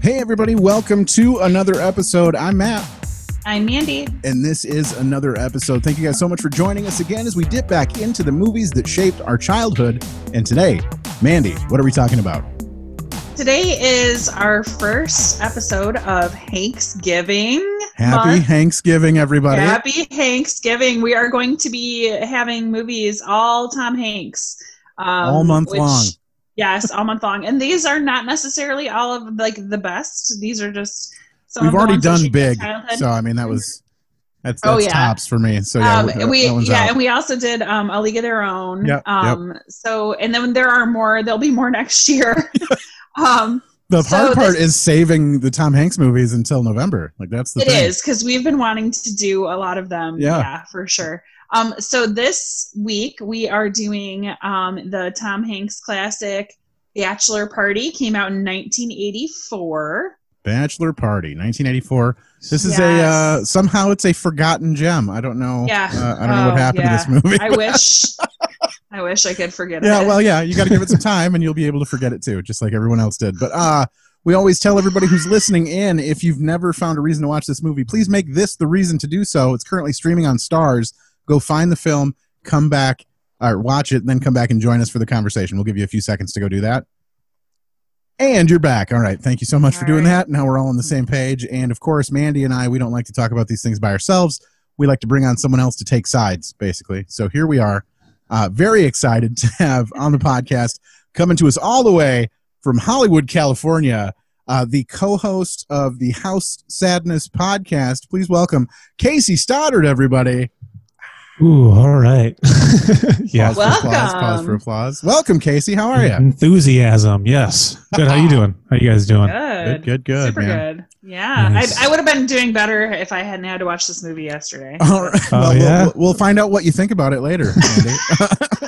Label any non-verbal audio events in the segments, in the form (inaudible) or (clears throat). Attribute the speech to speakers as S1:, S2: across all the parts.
S1: Hey, everybody, welcome to another episode. I'm Matt,
S2: I'm Mandy.
S1: and this is another episode. Thank you guys so much for joining us again as we dip back into the movies that shaped our childhood. And today, Mandy, what are we talking about?
S2: Today is our first episode of Thanksgiving.
S1: Happy
S2: Month.
S1: Thanksgiving, everybody.
S2: Happy Thanksgiving. We are going to be having movies all Tom Hanks. Um,
S1: All month long.
S2: Yes, all month long. And these are not necessarily all of like the best. These are just some
S1: We've
S2: of the
S1: already
S2: ones that
S1: done
S2: shaped my
S1: big.
S2: childhood.
S1: So, I mean, that was. That's, that's
S2: Oh, yeah.
S1: tops for me. So yeah,
S2: um,
S1: that-
S2: we
S1: that one's
S2: yeah,
S1: out.
S2: and we also did um, a league of their own.
S1: Yep, yep.
S2: um, So and then there are more. There'll be more next year. (laughs) um,
S1: The
S2: So
S1: hard
S2: this-
S1: part is saving the Tom Hanks movies until November. Like that's the
S2: It
S1: thing.
S2: is because we've been wanting to do a lot of them.
S1: Yeah.
S2: Yeah, for sure. Um, so this week we are doing um, the Tom Hanks classic Bachelor Party. Came out in 1984.
S1: Bachelor Party, 1984. This is a
S2: Yes.
S1: uh, somehow it's a forgotten gem. I don't know.
S2: Yeah.
S1: Uh, I don't know
S2: Oh,
S1: what happened
S2: yeah.
S1: to this movie. (laughs)
S2: I wish. I wish I could forget
S1: yeah,
S2: it.
S1: well, yeah, you got to give it some time, and you'll be able to forget it too, just like everyone else did. But uh, we always tell everybody who's listening in: if you've never found a reason to watch this movie, please make this the reason to do so. It's currently streaming on Stars. Go find the film, come back, or watch it, and then come back and join us for the conversation. We'll give you a few seconds to go do that. And you're back. All right. Thank you so much for
S2: All
S1: doing
S2: right.
S1: that. Now we're all on the same page. And of course, Mandy and I, we don't like to talk about these things by ourselves. We like to bring on someone else to take sides, basically. So here we are. Uh, very excited to have on the podcast coming to us all the way from Hollywood, California, uh, the co host of the House Sadness podcast. Please welcome Casey Stoddard, everybody.
S3: Ooh, all right. (laughs) yeah.
S1: Pause for applause. Pause for
S2: Welcome.
S1: applause. Welcome, Casey. How are you?
S3: Enthusiasm. Yes. Good. How you doing? How you guys doing?
S2: good.
S1: good, good,
S2: Super
S1: man.
S2: good. Yeah,
S3: Nice.
S2: I, I would have been doing better if I hadn't had to watch this movie yesterday.
S1: All right.
S3: Oh,
S1: well,
S3: yeah?
S1: we'll, we'll find out what you think about it
S3: (laughs)
S1: later. Andy.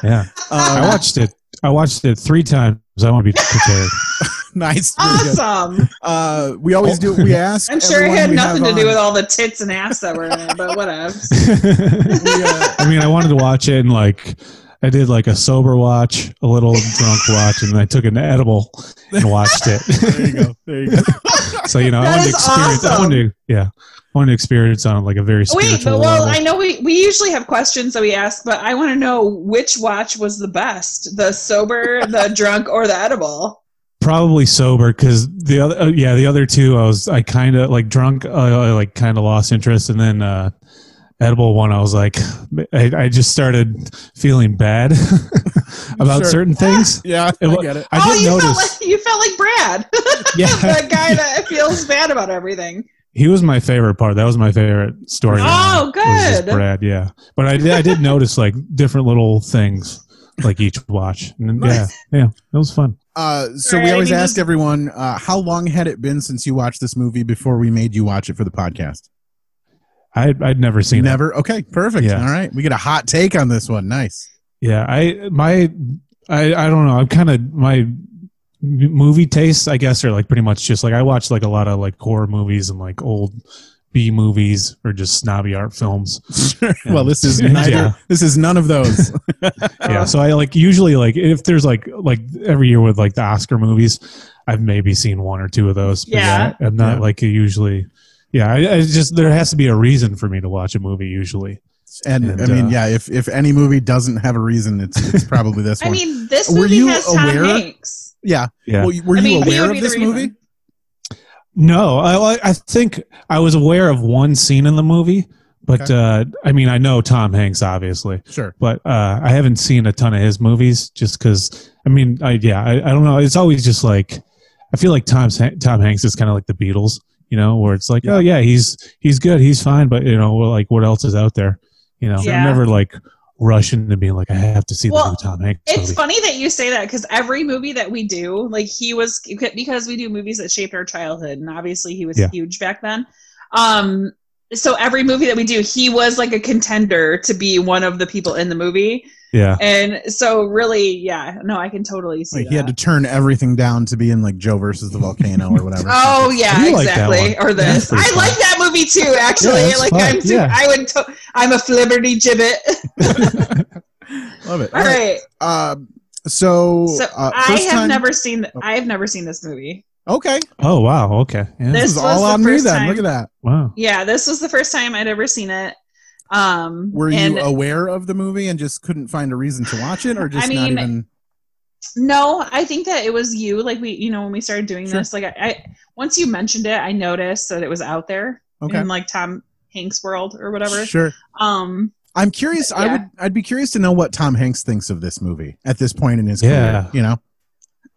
S3: Yeah. I
S1: um,
S3: watched it. I watched it three times. I want to be prepared.
S1: (laughs)
S3: (laughs)
S1: nice. Very good.
S2: Awesome.
S1: Uh, we always do. We ask.
S2: I'm sure it
S1: everyone
S2: had
S1: we
S2: nothing to
S1: have
S2: do
S1: on-
S2: with all the tits and ass that were in it, but whatever.
S1: (laughs) We,
S3: (laughs)
S1: uh,
S3: I mean, I wanted to watch it and like I did like a sober watch, a little drunk watch, and I took an edible and watched
S1: there you
S3: it.
S1: go. There you go.
S3: (laughs) so you know, I
S2: That
S3: wanted to
S2: is
S3: experience. I wanted to, yeah, I wanted to experience on like a very
S2: Wait,
S3: spiritual
S2: but well, I
S3: level.
S2: know we, we usually have questions that we ask, but I want to know which watch was the best the sober,
S1: (laughs)
S2: the drunk, or the edible?
S3: probably sober because the other uh, yeah the other two i was i kind of like drunk uh, i like kind of lost interest and then uh edible one i was like i, I just started feeling bad (laughs) about
S1: Sure. (laughs)
S3: certain things
S1: (laughs) Yeah,
S3: It
S1: I
S3: wa-
S1: get it.
S3: i
S2: oh,
S3: did
S2: you
S3: notice
S2: felt like you felt like Brad, (laughs)
S3: yeah
S2: the
S1: (laughs)
S2: guy that feels bad about everything.
S3: he was my favorite part that was my favorite story
S2: Oh,
S3: was just
S2: good.
S3: brad yeah but i did i did notice like different little things like each watch and then, yeah yeah that was fun
S1: Uh, so
S2: Sorry,
S1: we
S2: I
S1: always
S2: didn't
S1: ask
S2: mean-
S1: everyone uh, how long had it been since you watched this movie before we made you watch it for the podcast?
S3: i i'd never seen it.
S1: Never. Okay, perfect.
S3: Yeah.
S1: All right, we get a hot take on this one. Nice.
S3: Yeah, I my I I don't know. I'm kind of my m- movie tastes, I guess, are like pretty much just like I watch like a lot of like horror movies and like old B movies or just snobby art films.
S1: well, this is
S3: (laughs) Yeah.
S1: neither. Uh.
S3: Yeah.
S1: This is none of those.
S3: yeah, so I like usually like if there's like like every year with like the Oscar movies, I've maybe seen one or two of those. but
S2: Yeah.
S3: I'm not
S1: Yeah.
S3: like usually. Yeah, I, I just there has to be a reason for me to watch a movie usually.
S1: And,
S3: And,
S1: I mean,
S3: uh,
S1: yeah. If if any movie doesn't have a reason, it's it's probably this
S2: (laughs) I
S1: one.
S2: mean, this
S1: Were
S2: movie
S1: you
S2: has Tom
S1: aware?
S2: Hanks.
S1: yeah.
S3: Yeah.
S1: Well, were
S2: I
S1: you
S2: mean, he
S1: aware
S2: would
S1: of
S2: be the
S1: this
S2: reason.
S1: movie?
S3: No, I, I- I think I was aware of one scene in the movie, but
S1: Okay.
S3: uh, I mean, I know Tom Hanks obviously,
S1: Sure.
S3: but uh, I haven't seen a ton of his movies just because. I mean, I, yeah, I, I don't know. It's always just like I feel like Tom's Tom Hanks is kind of like the Beatles, you know, where it's like,
S1: Yeah.
S3: oh yeah, he's he's good, he's fine, but you know, well, like what else is out there? You know,
S2: Yeah.
S3: I'm never like rushing to be like, I have to see the
S2: Well,
S3: new Tom Hanks.
S2: It's
S3: movie.
S2: funny that you say that because every movie that we do, like he was, because we do movies that shaped our childhood, and obviously he was
S3: Yeah.
S2: huge back then. Um, so every movie that we do, he was like a contender to be one of the people in the movie, (laughs)
S3: Yeah, (laughs)
S2: and so really, yeah, no, I can totally see
S1: Like he had
S2: that.
S1: to turn everything down to be in like Joe versus the volcano or whatever.
S2: (laughs) Oh
S3: I
S2: yeah,
S3: do like that
S2: exactly.
S3: one.
S2: or
S3: That's
S2: this. I
S3: pretty fun.
S2: like that movie too. Actually,
S3: Yeah, that's
S2: like
S3: fun.
S2: I'm, too,
S3: Yeah.
S2: I would. To- I'm a flibberty (laughs) gibbet.
S1: love it.
S2: All right.
S1: Um, so,
S2: So
S1: uh,
S2: I
S1: first
S2: have
S1: time-
S3: Uh,
S2: never seen.
S1: Oh.
S2: I have never seen this movie.
S1: Okay.
S3: Oh wow. Okay. Yeah.
S1: This,
S2: This
S1: is
S2: was
S1: all
S2: the
S1: on me
S2: first
S1: then.
S2: time-
S1: Look at that.
S3: wow.
S2: Yeah, this was the first time I'd ever seen it. Um,
S1: Were you uh,
S2: and-
S1: aware of the movie and just couldn't find a reason to watch it or just not
S2: mean,
S1: even
S2: No, I think that it was you. Like we, you know, when we started doing
S1: Sure.
S2: this, like I, I, once you mentioned it, I noticed that it was out there
S1: Okay.
S2: in like Tom Hanks' world or mm, whatever.
S1: Sure.
S2: Um,
S1: I'm curious I
S2: Yeah.
S1: would I'd be curious to know what Tom Hanks thinks of this movie at this point in his
S3: Yeah.
S1: career, you know.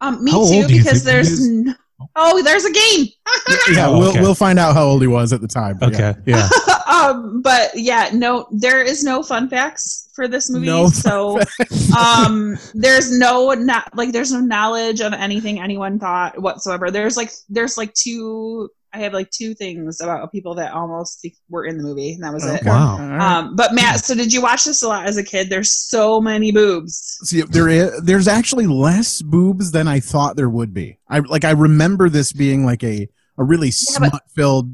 S2: um, me
S3: How old
S2: too,
S3: do you
S2: because
S3: think
S2: there's
S3: he is?
S2: n- oh, there's a game. (laughs)
S1: Yeah,
S3: Oh,
S1: we'll
S3: okay.
S1: we'll find out how old he was at the time. but yeah.
S3: Okay. Yeah.
S2: um, but yeah, no, there is no fun facts for this movie.
S1: No fun
S2: so, (laughs)
S1: (laughs)
S2: um, there's no not like there's no knowledge of anything anyone thought whatsoever. There's like there's like two. I have like two things about people that almost be- were in the movie, and that was it.
S1: Okay.
S3: Wow.
S1: All right.
S2: Um, but Matt, so did you watch this a lot as a kid? There's so many boobs.
S1: See, there is there's actually less boobs than I thought there would be. I like I remember this being like a a really
S2: Yeah, but-
S1: smut filled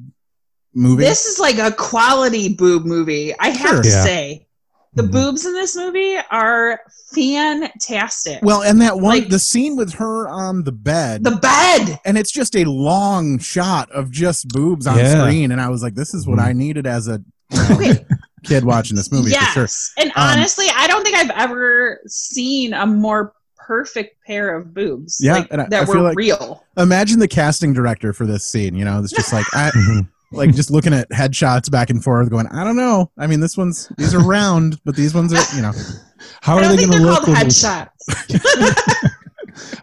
S1: movie.
S2: This is like a quality boob movie. I have
S1: Sure. Mm-hmm.
S2: to
S3: Yeah.
S2: say, the
S3: Mhm.
S2: boobs in this movie are fantastic.
S1: well, and that one
S2: like-
S1: the scene with her on the bed, (laughs)
S2: the bed.
S1: and it's just a long shot of just boobs on
S3: Yeah.
S1: screen, and I was like, this is what
S3: Mhm.
S1: I needed as a you know,
S2: Okay.
S1: kid watching this movie
S2: yes,
S1: for sure.
S2: and
S1: Um,
S2: honestly, I don't think I've ever seen a more perfect pair of boobs.
S1: Yeah,
S2: like,
S1: and I-
S2: that
S1: I feel
S2: were
S1: like-
S2: real.
S1: Imagine the casting director for this scene. You know, it's just like I
S3: Mhm.
S1: like
S3: (laughs)
S1: just looking at headshots back and forth, going, I don't know. I mean, this one's these are round, but these ones are you know.
S3: How
S2: I
S3: are
S2: don't
S3: they
S2: think
S3: going
S2: they're
S3: to look?
S2: called
S3: When we,
S2: headshots.
S1: (laughs)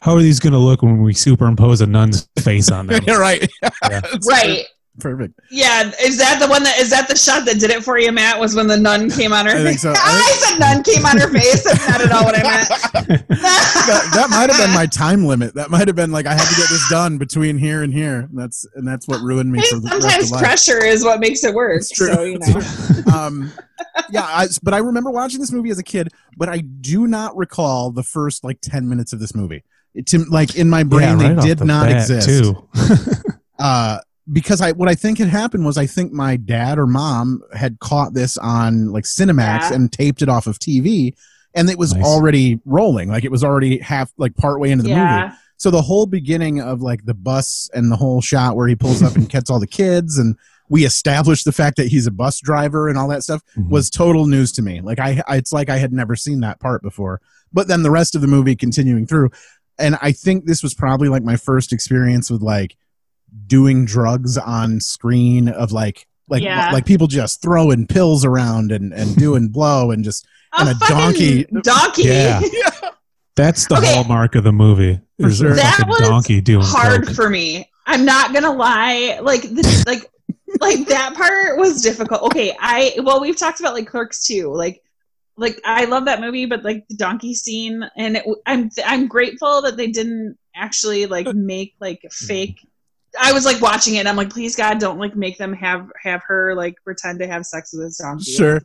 S3: how are these going to look when we superimpose a nun's face
S2: (laughs)
S3: on them?
S1: You're right.
S3: (laughs)
S1: (laughs)
S3: Yeah.
S1: It's
S2: right.
S1: Perfect.
S2: Yeah, is that the one that is that the shot that did it for you, Matt? Was when
S1: (laughs)
S2: the nun came on her.
S1: I think
S2: (laughs)
S1: so.
S2: I said nun came on her face. That's not at all what I meant.
S1: (laughs) that, that might have
S2: (laughs)
S1: been my time limit. That might have been like I had to get this done between here and here. And that's and that's what ruined me for the rest
S2: Sometimes
S1: of life.
S2: pressure is what makes it
S1: (laughs)
S2: work.
S1: It's true.
S2: So you know,
S1: Um, yeah, I, but I remember watching this movie as a kid, but I do not recall the first like ten minutes of this movie. It, to, like in my brain,
S3: right off
S1: they did
S3: the
S1: not
S3: bat,
S1: exist.
S3: Too.
S1: Uh, because I what I think had happened was I think my dad or mom had caught this on like Cinemax
S2: Yeah.
S1: and taped it off of TV, and it was
S3: Nice.
S1: already rolling. Like it was already half like partway into the movie.
S2: yeah,
S1: So the whole beginning of like the bus and the whole shot where he pulls up and gets all the kids and we establish the fact that he's a bus driver and all that stuff was total news to me. Like I, I it's like I had never seen that part before. But then the rest of the movie continuing through and I think this was probably like my first experience with like doing drugs on screen of like like
S2: Yeah.
S1: like people just throwing pills around and
S3: (laughs)
S1: and doing blow and just And a
S2: fucking
S1: donkey.
S2: donkey,
S3: Yeah. That's the
S2: Okay.
S3: hallmark of the movie.
S1: For
S3: Is
S1: sure.
S3: a
S2: That
S3: fucking
S2: was
S3: donkey doing
S2: hard
S3: coke.
S2: for me. I'm not gonna lie. Like this, like like that part was difficult. Okay, I well we've talked about like Clerks too. Like like I love that movie, but like the donkey scene, and it, I'm I'm grateful that they didn't actually like make like fake. I was like watching it, and I'm like, please God, don't like make them have have her like pretend to have sex with this donkey.
S1: sure.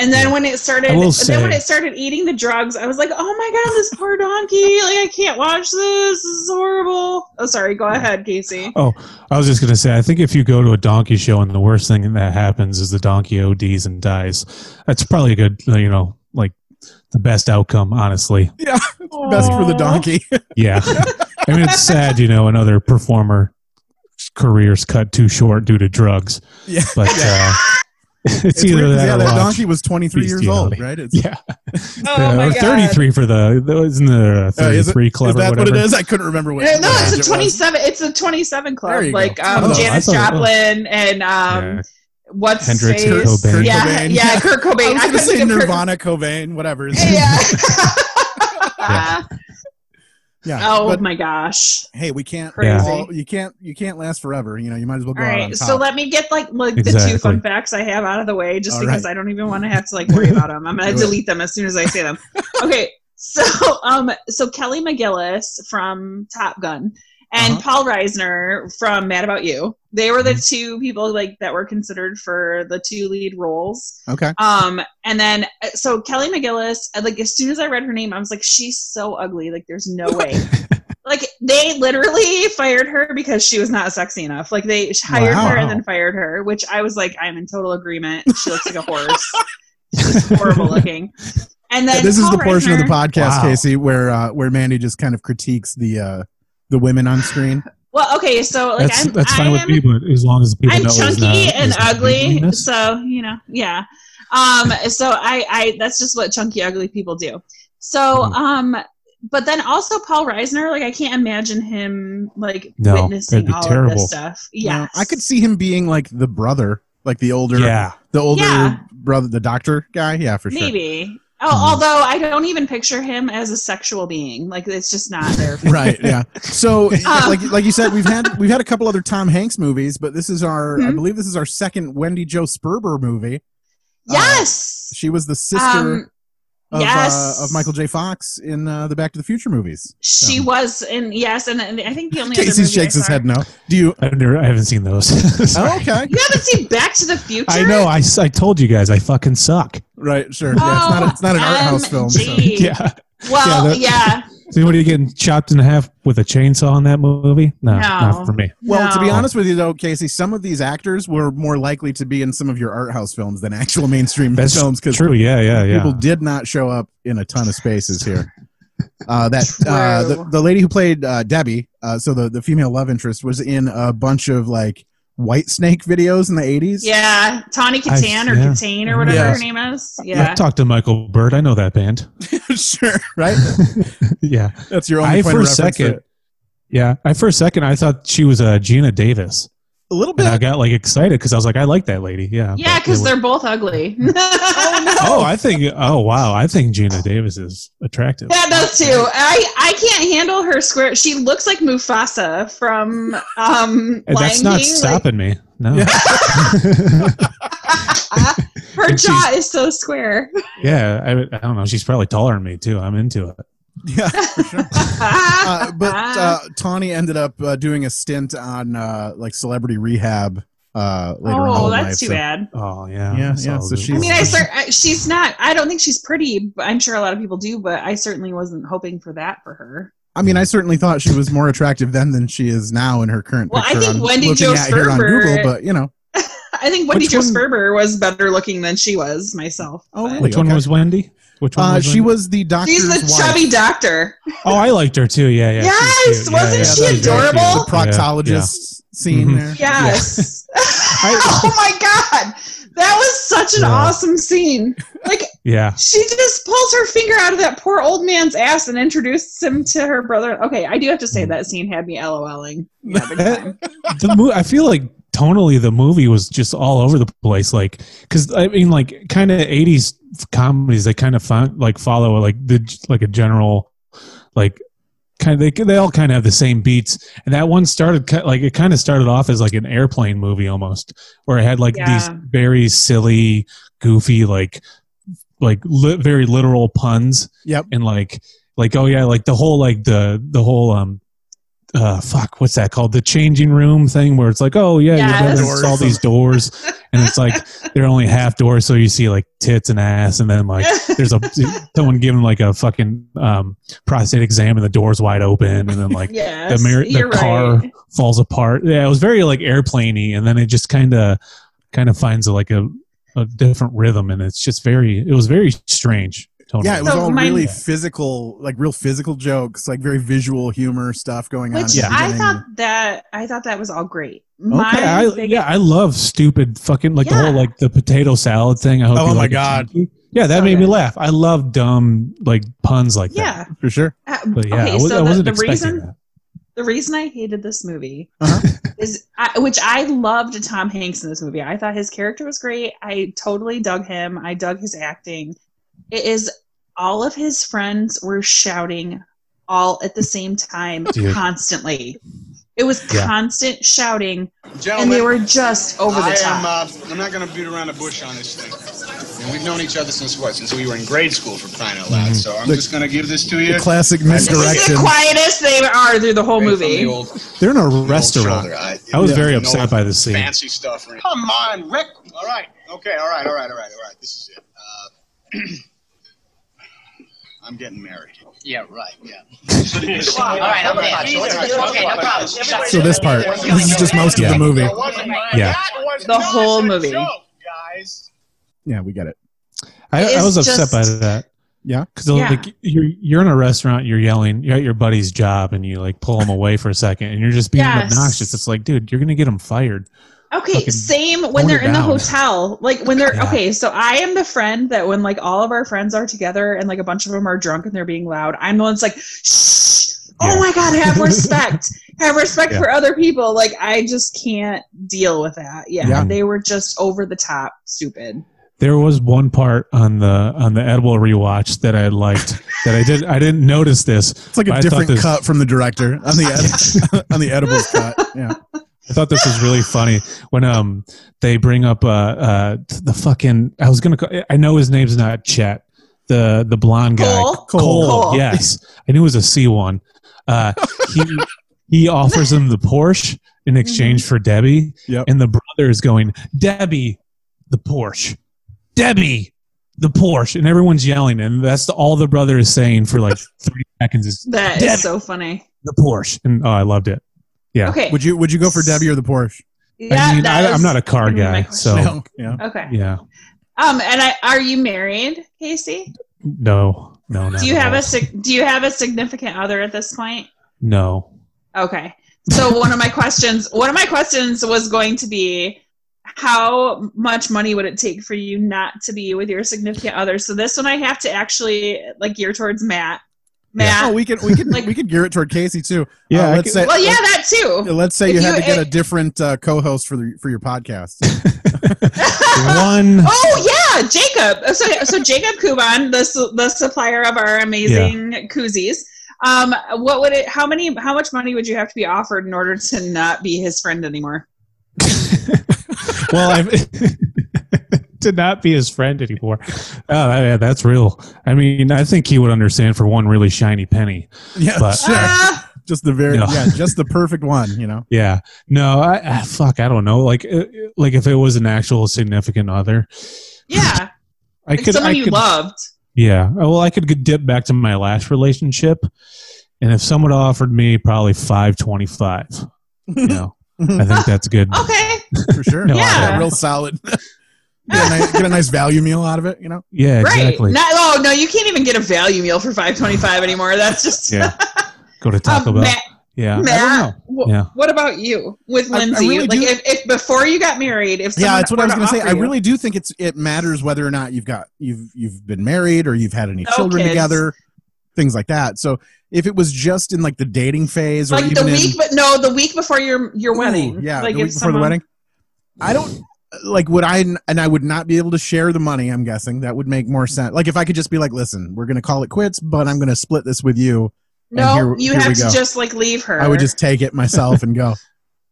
S2: And then when it started,
S3: I will
S2: then when
S3: say-
S2: it started eating the drugs, I was like, "Oh my god, this poor donkey! Like I can't watch this. This is horrible." Oh, sorry. Go ahead, Casey.
S3: Oh, I was just gonna say, I think if you go to a donkey show and the worst thing that happens is the donkey ODs and dies, that's probably a good, uh, you know, like the best outcome, honestly.
S1: Best for the donkey.
S3: Yeah, I mean it's sad, you know, another performer careers cut too short due to drugs,
S1: yeah.
S3: but uh, (laughs) it's,
S1: It's
S3: either
S1: weird 'cause,
S3: that
S1: yeah,
S3: or
S1: that
S3: watch.
S1: donkey was 23 years old,
S3: bestiality.
S1: right? It's,
S3: Yeah,
S2: Oh my
S3: or
S2: God.
S3: 33 for the isn't there a
S1: Oh, is it-
S3: 33 club
S1: Is
S3: or
S1: that
S3: whatever?
S1: what it is? I couldn't remember what.
S2: No, no,
S1: what
S2: it's
S1: age
S2: a
S1: it was.
S2: twenty-seven. It's a twenty-seven
S1: There
S2: club,
S1: you go.
S2: like
S1: Oh,
S2: um,
S1: I
S2: Janis
S3: thought it was.
S2: Joplin and um,
S3: Yeah.
S2: what's his
S3: Hendrix or
S2: face?
S3: Cobain.
S2: Yeah,
S1: Cobain.
S2: yeah, Kurt
S1: I
S2: Cobain.
S1: was
S2: I,
S1: gonna
S2: couldn't
S1: say
S2: think of Kurt-
S1: Nirvana, Cobain, whatever.
S2: Yeah. (laughs)
S3: Yeah.
S1: (laughs) Yeah,
S2: oh
S1: but
S2: my gosh.
S1: hey, we can't.
S2: Crazy.
S1: all- you can't. You can't last forever. You know, you might as well go
S2: All
S1: out
S2: right,
S1: on top.
S2: so let me get like like the
S3: Exactly.
S2: two fun facts I have out of the way, just
S1: All
S2: because I don't even want to have to like worry about them. I'm
S1: (laughs)
S2: gonna
S1: Do it.
S2: delete them as soon as I
S1: (laughs)
S2: say them. okay, so um, so Kelly McGillis from Top Gun
S1: Uh-huh.
S2: and
S1: Mm-hmm.
S2: Paul Reisner from Mad About You, they were the two people like that were considered for the two lead roles.
S1: okay.
S2: Um, and then uh, so Kelly McGillis, uh, like as soon as I read her name, I was like, she's so ugly. Like, there's no way. like they literally fired her because she was not sexy enough. Like they sh- hired her and
S3: Wow.
S2: then fired her, which I was like, I'm in total agreement. She looks like a horse. She's horrible looking. And then
S1: this is
S2: Paul
S1: the portion of
S2: Reichner-
S1: the podcast,
S2: (laughs)
S3: Wow.
S1: Casey, where uh, where Mandy just kind of critiques the uh, the women on screen.
S2: Well, okay, so like
S3: that's
S2: I'm,
S3: that's fine
S2: I
S3: with
S2: am,
S3: me, but as long as people
S2: I'm
S3: know it's
S2: chunky
S3: not-
S2: and
S3: it's not
S2: ugly,
S3: ugliness.
S2: so you know, yeah. Um, so I, I that's just what chunky, ugly people do. So,
S3: Mhm.
S2: um, but then also Paul Reisner, like I can't imagine him like
S3: No, that'd
S2: witnessing
S3: be
S2: all of
S3: terrible.
S2: this stuff. Yeah,
S1: I could see him being like the brother, like the older,
S3: yeah,
S1: the older
S2: Yeah.
S1: brother, the doctor guy. Yeah, for sure.
S2: maybe. Oh,
S3: Mhm.
S2: although I don't even picture him as a sexual being. Like it's just not there.
S3: (laughs)
S1: right yeah
S2: (laughs)
S1: so
S2: Uh.
S1: like like you said we've had we've had a couple other tom hanks movies but this is our i
S2: Mhm.
S1: believe this is our second wendy joe sperber movie
S3: Uh,
S2: yes.
S1: she was the sister
S2: Um,
S1: of,
S2: yes.
S1: uh, of michael j fox in uh, the back to the future movies
S2: She
S1: Um,
S2: was, and yes, and, and I think
S3: (laughs)
S2: the only other
S1: casey
S2: movie I
S1: shakes his
S2: saw-
S1: head no do you
S3: I've never, I haven't seen those. (laughs) Sorry.
S1: oh, okay
S2: You haven't seen Back to the Future?
S3: (laughs) I know. I, s- I told you guys I fucking suck.
S1: (laughs) right sure yeah, it's not it's not an art house
S2: Um,
S1: film so.
S2: OMG.
S3: Yeah.
S2: Well,
S3: that-
S2: yeah.
S3: Is anybody getting chopped in half with a chainsaw in that movie? No,
S2: No.
S3: not for me.
S1: well to be
S2: No.
S1: honest with you though casey some of these actors were more likely to be in some of your art house films than actual mainstream
S3: That's
S1: films because
S3: True. Yeah. Yeah. Yeah.
S1: people did not show up in a ton of spaces (laughs) here. Uh, that uh, the,
S2: True.
S1: the lady who played uh, Debbie, uh, so the, the female love interest, was in a bunch of like White Snake videos in the eighties.
S2: yeah, Tawny Katan
S3: I-
S2: or
S3: yeah.
S2: Katane or whatever
S1: Yeah.
S2: her name is.
S3: I've
S2: Yeah.
S3: talked to Michael Bird. I know that band.
S1: (laughs)
S3: (laughs)
S1: sure, right?
S3: yeah.
S1: That's your only
S3: I
S1: point
S3: for
S1: of
S3: a
S1: reference
S3: second.
S1: for-
S3: yeah. I for a second I thought she was uh, Gina Davis,
S1: a little
S3: and I
S1: bit.
S3: got like excited because I was like, I like that lady. Yeah.
S2: yeah,
S3: but
S2: because
S3: it
S2: they're
S1: (laughs)
S2: both ugly.
S3: was- Oh, I think. Oh, wow. I think Gina Davis is attractive.
S2: (laughs) Yeah, those two. I, I can't handle her square. She looks like Mufasa from um, Lion
S3: And that's not
S2: King.
S3: stopping me. No.
S1: Yeah.
S2: Like, (laughs) her
S3: And she's-
S2: jaw is so square.
S3: (laughs) yeah. I, I don't know. She's probably taller than me too. I'm into it.
S1: Yeah, for
S2: (laughs)
S1: sure. Uh, but uh, Tawny ended up uh, doing a stint on uh, like Celebrity Rehab uh, later on.
S2: oh,
S1: in
S2: that's
S1: life,
S2: too
S1: so-
S2: bad.
S3: Oh yeah.
S1: Yeah,
S3: That's
S1: yeah,
S3: all
S1: so
S3: good.
S1: she's-
S2: I mean, I cer- I- she's not. I don't think she's pretty. But I'm sure a lot of people do, but I certainly wasn't hoping for that for her.
S1: I mean, I certainly thought she was more attractive then than she is now in her current
S2: Well, I
S1: picture.
S2: think
S1: on-
S2: Wendy
S1: looking
S2: Jo
S1: at here on
S2: Sperber-
S1: Google, but you know,
S2: I think Wendy
S1: Which
S2: Jo
S1: one-
S2: Sperber was better looking than she was myself.
S1: Oh,
S2: but-
S1: really?
S3: Which one
S1: Okay.
S3: was Wendy? Which one?
S1: uh,
S3: was
S1: she
S3: Wendy?
S1: was the doctor's
S2: She's the
S1: wife.
S2: chubby
S3: (laughs)
S2: doctor.
S3: Oh, I liked her too. Yeah, yeah. she was
S2: Yes!
S3: cute.
S2: Wasn't
S3: Yeah, yeah,
S2: she
S3: that was very cute.
S2: adorable?
S1: The proctologist
S3: Yeah.
S1: scene
S3: Mhm.
S1: there.
S2: Yes.
S3: (laughs)
S2: (laughs) oh my god, that was such an
S3: Yeah.
S2: awesome scene. Like
S3: Yeah.
S2: she just pulls her finger out of that poor old man's ass and introduces him to her brother. Okay, I do have to say
S3: Mm.
S2: that scene had me loling. Yeah, big
S3: That-
S2: time.
S3: (laughs) The mo- I feel like tonally the movie was just all over the place. Like, because I mean, like, kind of '80s comedies they kind of found like follow like the like a general like kind of they they all kind of have the same beats. And that one started ki- like it kind of started off as like an airplane movie almost, where it had like
S2: Yeah.
S3: these very silly, goofy like like li- very literal puns
S1: Yep.
S3: and like like oh yeah like the whole like the the whole um uh fuck what's that called the changing room thing where it's like oh yeah
S2: Yes.
S3: you're going all these doors and it's like they're only half doors so you see like tits and ass and then like
S2: (laughs)
S3: there's a someone giving like a fucking um prostate exam and the door's wide open and then like
S2: yes,
S3: mirror- the
S2: you're
S3: car-
S2: right.
S3: falls apart yeah it was very like airplaney and then it just kind of kind of finds like a, a different rhythm and it's just very it was very strange totally.
S1: Yeah, it was
S2: So
S1: all
S2: my-
S1: really physical, like real physical jokes, like very visual humor stuff going on.
S2: Which
S1: at the
S2: I
S1: beginning.
S2: thought that I thought that was all great. My
S3: Okay, I,
S2: big-
S3: yeah, I love stupid fucking like the
S2: Yeah.
S3: whole like the potato salad thing. I hope.
S1: Oh
S3: you
S1: my
S3: like it,
S1: God.
S3: Chunky. Yeah, that
S2: So
S3: made me
S2: good.
S3: laugh. I love dumb like puns like that.
S2: yeah.
S1: for sure.
S2: Uh,
S3: But yeah, I,
S2: okay,
S3: was,
S2: so
S3: not
S2: the, the
S3: expecting
S2: reason
S3: that.
S2: the reason I hated this movie
S1: Uh-huh.
S2: (laughs) is I, which I loved Tom Hanks in this movie. I thought his character was great. I totally dug him. I dug his acting. It is all of his friends were shouting all at the same time
S3: (laughs) Dude.
S2: constantly. It was
S3: Yeah.
S2: constant shouting, and
S4: Gentlemen,
S2: they were just over the
S4: I
S2: top.
S4: am. Uh, I'm not going to beat around the bush on this thing. And we've known each other since what? Since we were in grade school, for crying out
S3: Mm-hmm.
S4: loud. So I'm
S1: The-
S4: just going to give this to you.
S1: The classic
S2: This is
S1: misdirection.
S2: the quietest they are through the whole
S4: Right from
S2: movie.
S4: the old- the
S3: They're in a
S4: old
S3: restaurant.
S4: shoulder. I,
S3: I was
S4: yeah,
S3: very
S4: no
S3: upset by this scene.
S4: Fancy stuff. or anything. Come on, Rick. All right. Okay. All right. All right. All right. All right. This is it. Uh, (clears throat) I'm getting married. Yeah. Right. (laughs) Yeah.
S5: All right, I'm there. Okay, no problem.
S1: So this part, this is just most of
S3: Yeah.
S1: the movie.
S4: That wasn't mine.
S3: Yeah.
S4: That was-
S2: The
S4: no,
S2: whole
S4: it's a
S2: movie.
S4: joke, guys.
S1: Yeah, we get it.
S3: I, I
S2: It's
S3: was upset
S2: just-
S3: by that.
S1: Yeah.
S3: Because
S2: Yeah.
S3: like you're you're in a restaurant, you're yelling, you're at your buddy's job, and you like pull him away for a second, and you're just being
S2: Yes.
S3: obnoxious. It's like, dude, you're gonna get him fired.
S2: Okay,
S3: Fucking
S2: same
S3: tone
S2: when they're
S3: it
S2: in the
S3: down.
S2: hotel. Like when they're
S3: Yeah.
S2: okay, so I am the friend that when like all of our friends are together and like a bunch of them are drunk and they're being loud, I'm the one's like, shh, oh
S3: Yeah.
S2: my god,
S3: (laughs)
S2: have respect, have respect
S1: Yeah.
S2: for other people. Like I just can't deal with that. Yeah,
S3: Yeah.
S2: they were just over the top, stupid.
S3: There was one part on the on the edible rewatch that I liked that I did I didn't notice this.
S1: It's like a
S3: I thought
S1: different
S3: this-
S1: cut from the director on
S3: (laughs)
S1: the ed- (laughs) on the edibles cut. Yeah.
S3: I thought this was really funny when um they bring up uh uh the fucking I was gonna call, I know his name's not Chet the the blonde guy
S2: Cole?
S3: Cole,
S2: Cole.
S3: yes I knew it was a C one uh he he offers him the Porsche in
S2: Mm-hmm.
S3: exchange for Debbie
S1: Yep.
S3: and the brother is going Debbie the Porsche Debbie the Porsche and everyone's yelling and that's the, all the brother is saying
S2: (laughs)
S3: for like three seconds is
S2: That is
S3: Damn it.
S2: so funny.
S3: the Porsche and oh I loved it Yeah.
S2: Okay,
S1: Would you would you go for Debbie or the Porsche?
S2: yeah,
S3: I mean
S2: that
S3: I, I'm
S2: is-
S3: not a car
S2: gonna be my
S3: guy so
S2: question.
S1: Yeah.
S2: okay.
S3: yeah.
S2: Um, and I are you married, Casey?
S3: No, no, no.
S2: Do you have a sig- do you have a significant other at this point?
S3: no?
S2: Okay. So one of my questions, one of my questions was going to be, how much money would it take for you not to be with your significant other? So this one I have to actually like gear towards Matt.
S1: Oh,
S2: Matt.
S1: we could we could
S2: Like-
S1: we could gear it toward Casey too.
S3: Yeah,
S1: Uh,
S3: I
S1: let's
S3: could-
S1: say
S2: Well, yeah, that too.
S1: let's say
S2: if
S1: you had
S2: you-
S1: to get
S2: it-
S1: a different uh, co-host for the for your podcast.
S3: (laughs)
S1: (laughs)
S3: One.
S2: (laughs)
S3: (laughs)
S2: Oh yeah, Jacob. So so Jacob Kuban, the su- the supplier of our amazing koozies. Um, what would it? How many? How much money would you have to be offered in order to not be his friend
S3: (laughs)
S2: anymore?
S3: well, I've (laughs) to not be his friend anymore. Oh, yeah, that's real. I mean, I think he would understand for one really shiny penny.
S1: yeah,
S3: But-
S1: sure.
S2: Ah,
S1: just the very
S3: No.
S1: yeah, just the perfect one. You know.
S3: Yeah. No, I, I fuck. I don't know. Like, uh, like if it was an actual significant other,
S2: yeah,
S3: I
S2: like
S3: could.
S2: someone
S3: I
S2: you
S3: could-
S2: loved.
S3: Yeah. Oh, Well, I could get- dip back to my last relationship, and if someone offered me probably five twenty five, you
S1: (laughs)
S3: know, I think that's good.
S2: Okay.
S1: for sure.
S3: (laughs) No,
S2: I Yeah. don't.
S1: real solid. (laughs) get, a nice, get a nice value meal out of it. You know.
S3: Yeah, exactly.
S2: Right. Not, oh no, you can't even get a value meal for five twenty five anymore. That's just (laughs)
S3: Yeah. Go to Taco
S2: um,
S3: Bell.
S2: Matt,
S3: yeah.
S2: Matt wh-
S3: Yeah.
S2: what about you with
S1: I- I
S2: Lindsay?
S1: really
S2: like
S1: do-
S2: if, if before you got married, if someone
S1: yeah, that's what I was
S2: were
S1: gonna say.
S2: offer
S1: I
S2: you-
S1: really do think it's it matters whether or not you've got you've you've been married or you've had any
S2: No
S1: children
S2: Oh, kids.
S1: together, things like that. So if it was just in like the dating phase or
S2: like the
S1: even in,
S2: week, but no, the week before your your wedding.
S1: Ooh, yeah,
S2: like
S1: the week
S2: if
S1: before
S2: someone-
S1: the wedding. I don't like would I and I would not be able to share the money. I'm guessing that would make more sense. Like if I could just be like, listen, we're gonna call it quits, but I'm gonna split this with you.
S2: No,
S1: here-
S2: you
S1: here we
S2: have to
S1: go.
S2: just like leave her.
S1: I would just take it myself and go.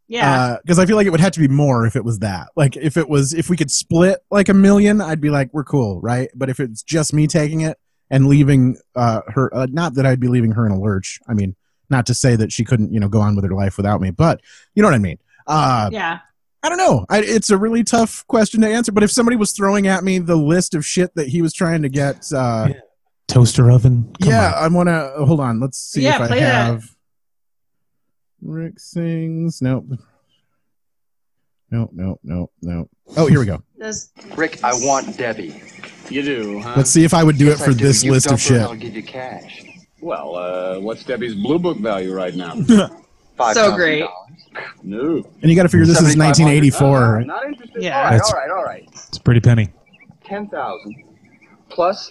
S2: yeah.
S1: because Uh, I feel like it would have to be more if it was that. Like if it was if we could split like a million, I'd be like, we're cool, right? But if it's just me taking it and leaving uh, her, uh, not that I'd be leaving her in a lurch. I mean, not to say that she couldn't, you know, go on with her life without me, but you know what I mean. Uh,
S2: yeah.
S1: I don't know. I, it's a really tough question to answer. But if somebody was throwing at me the list of shit that he was trying to get, uh,
S3: Toaster oven. Come
S1: yeah,
S3: on.
S1: I want to hold on. Let's see
S2: Yeah,
S1: if I
S2: play that.
S1: have Rick sings. Nope. Nope, nope, nope, nope. Oh, here we go.
S2: Does-
S6: Rick, I want Debbie.
S4: You do, huh?
S1: Let's see if I would do
S6: Yes,
S1: it for
S6: I
S1: this
S6: You
S1: list of
S6: dump her and
S1: shit.
S6: I'll give you cash.
S4: well, uh, what's Debbie's blue book value
S1: (laughs)
S4: right now?
S6: Five
S2: So great.
S4: no.
S1: And you got to figure this is 1984.
S6: No,
S1: right?
S6: Uh, Not interested.
S2: Yeah.
S6: All right,
S3: That's-
S6: all right, all right.
S3: It's a pretty penny.
S6: Ten thousand plus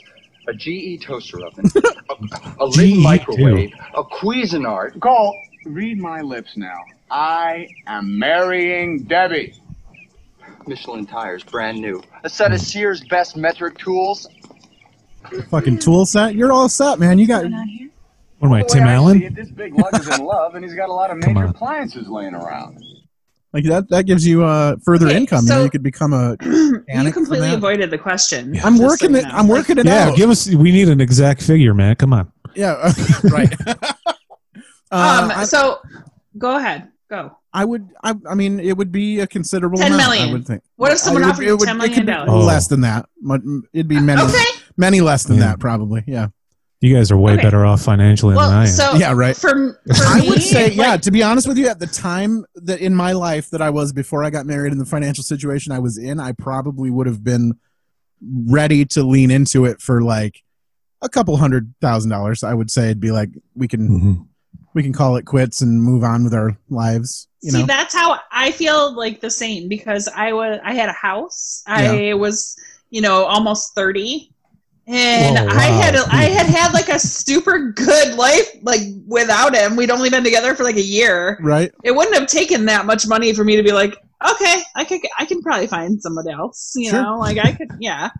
S6: a GE toaster
S1: (laughs)
S6: oven, a, a lit
S1: E
S3: GE
S6: microwave, a Cuisinart.
S4: Cole, read my lips now. I am marrying Debbie.
S6: Michelin tires, brand new. A set
S1: Hmm.
S6: of Sears best metric tools.
S1: Fucking tool set. You're all set, man. You got.
S3: What am I,
S4: The way
S3: Tim
S4: I
S3: Allen?
S4: see it, this big lug is
S3: (laughs)
S4: in love, and he's got a lot of
S3: Come
S4: major
S3: on.
S4: appliances laying around.
S1: Like that, that gives you uh, further
S2: Okay,
S1: income. You know,
S2: so-
S1: you could become a.
S2: (clears throat) you
S1: Panic from
S2: completely
S1: that?
S2: avoided the question.
S3: Yeah.
S1: I'm
S2: just so
S1: working
S2: you
S1: it.
S2: know.
S1: I'm
S2: Like,
S1: working it
S3: Yeah,
S1: out.
S3: give us. We need an exact figure, man. Come on.
S1: yeah, (laughs) right.
S2: Um.
S1: Uh, I-
S2: so, go ahead. Go.
S1: I would. I, I mean, it would be a considerable
S2: 10
S1: amount. I
S2: million.
S1: would think.
S2: What if someone
S1: I- it
S2: offered you
S1: it
S2: $10
S1: it could be Oh,
S2: million?
S3: Oh.
S1: Less than that. Mu- It'd be many,
S2: Okay.
S1: many less than
S3: Yeah.
S1: that, probably. Yeah.
S3: You guys are way
S2: Okay.
S3: better off financially than I
S2: Well,
S3: am.
S2: so
S1: Yeah, right.
S2: For, for
S1: I
S2: me,
S1: would say, yeah.
S2: like,
S1: To be honest with you, at the time that in my life that I was before I got married and the financial situation I was in, I probably would have been ready to lean into it for like, a couple hundred thousand dollars, I would say it'd be like we can
S3: Mhm.
S1: we can call it quits and move on with our lives. You
S2: See,
S1: know,
S2: that's how I feel like the same because I was I had a house. I was, you know, almost 30. And
S3: Whoa,
S2: I had
S3: wow.
S2: I had had like a super good life like without him. We'd only been together for like a year.
S1: right?
S2: It wouldn't have taken that much money for me to be like, okay, I could I can probably find somebody else, you
S1: Sure.
S2: know? Like I could yeah.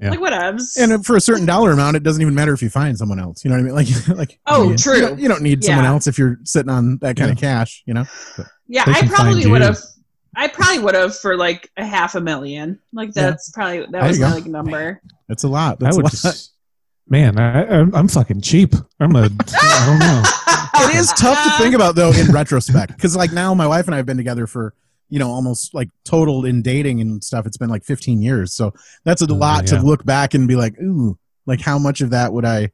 S3: Yeah.
S2: Like whatevs.
S1: And for a certain dollar amount, it doesn't even matter if you find someone else. You know what I mean? (laughs) Like, like
S2: Oh,
S1: you,
S2: true.
S1: You don't, you don't need someone
S2: Yeah.
S1: else if you're sitting on that kind of cash. You know,
S2: yeah,
S3: they
S2: I
S3: can find
S2: probably
S3: you.
S2: would have I probably would have for like a half a million. Like
S1: Yeah.
S2: that's probably that
S1: There
S2: was
S1: you
S2: my
S1: go.
S2: like number.
S1: that's a lot.
S3: I
S1: That's a
S3: would
S1: lot.
S3: just, man, I, I'm, I'm fucking cheap. I'm a, (laughs) I don't know.
S1: (laughs) (laughs) it is tough to think about though
S3: (laughs)
S1: in retrospect because like now my wife and i have been together for you know almost like total in dating and stuff it's been like 15 years so that's a
S3: Oh,
S1: lot
S3: yeah.
S1: to look back and be like ooh like how much of that would i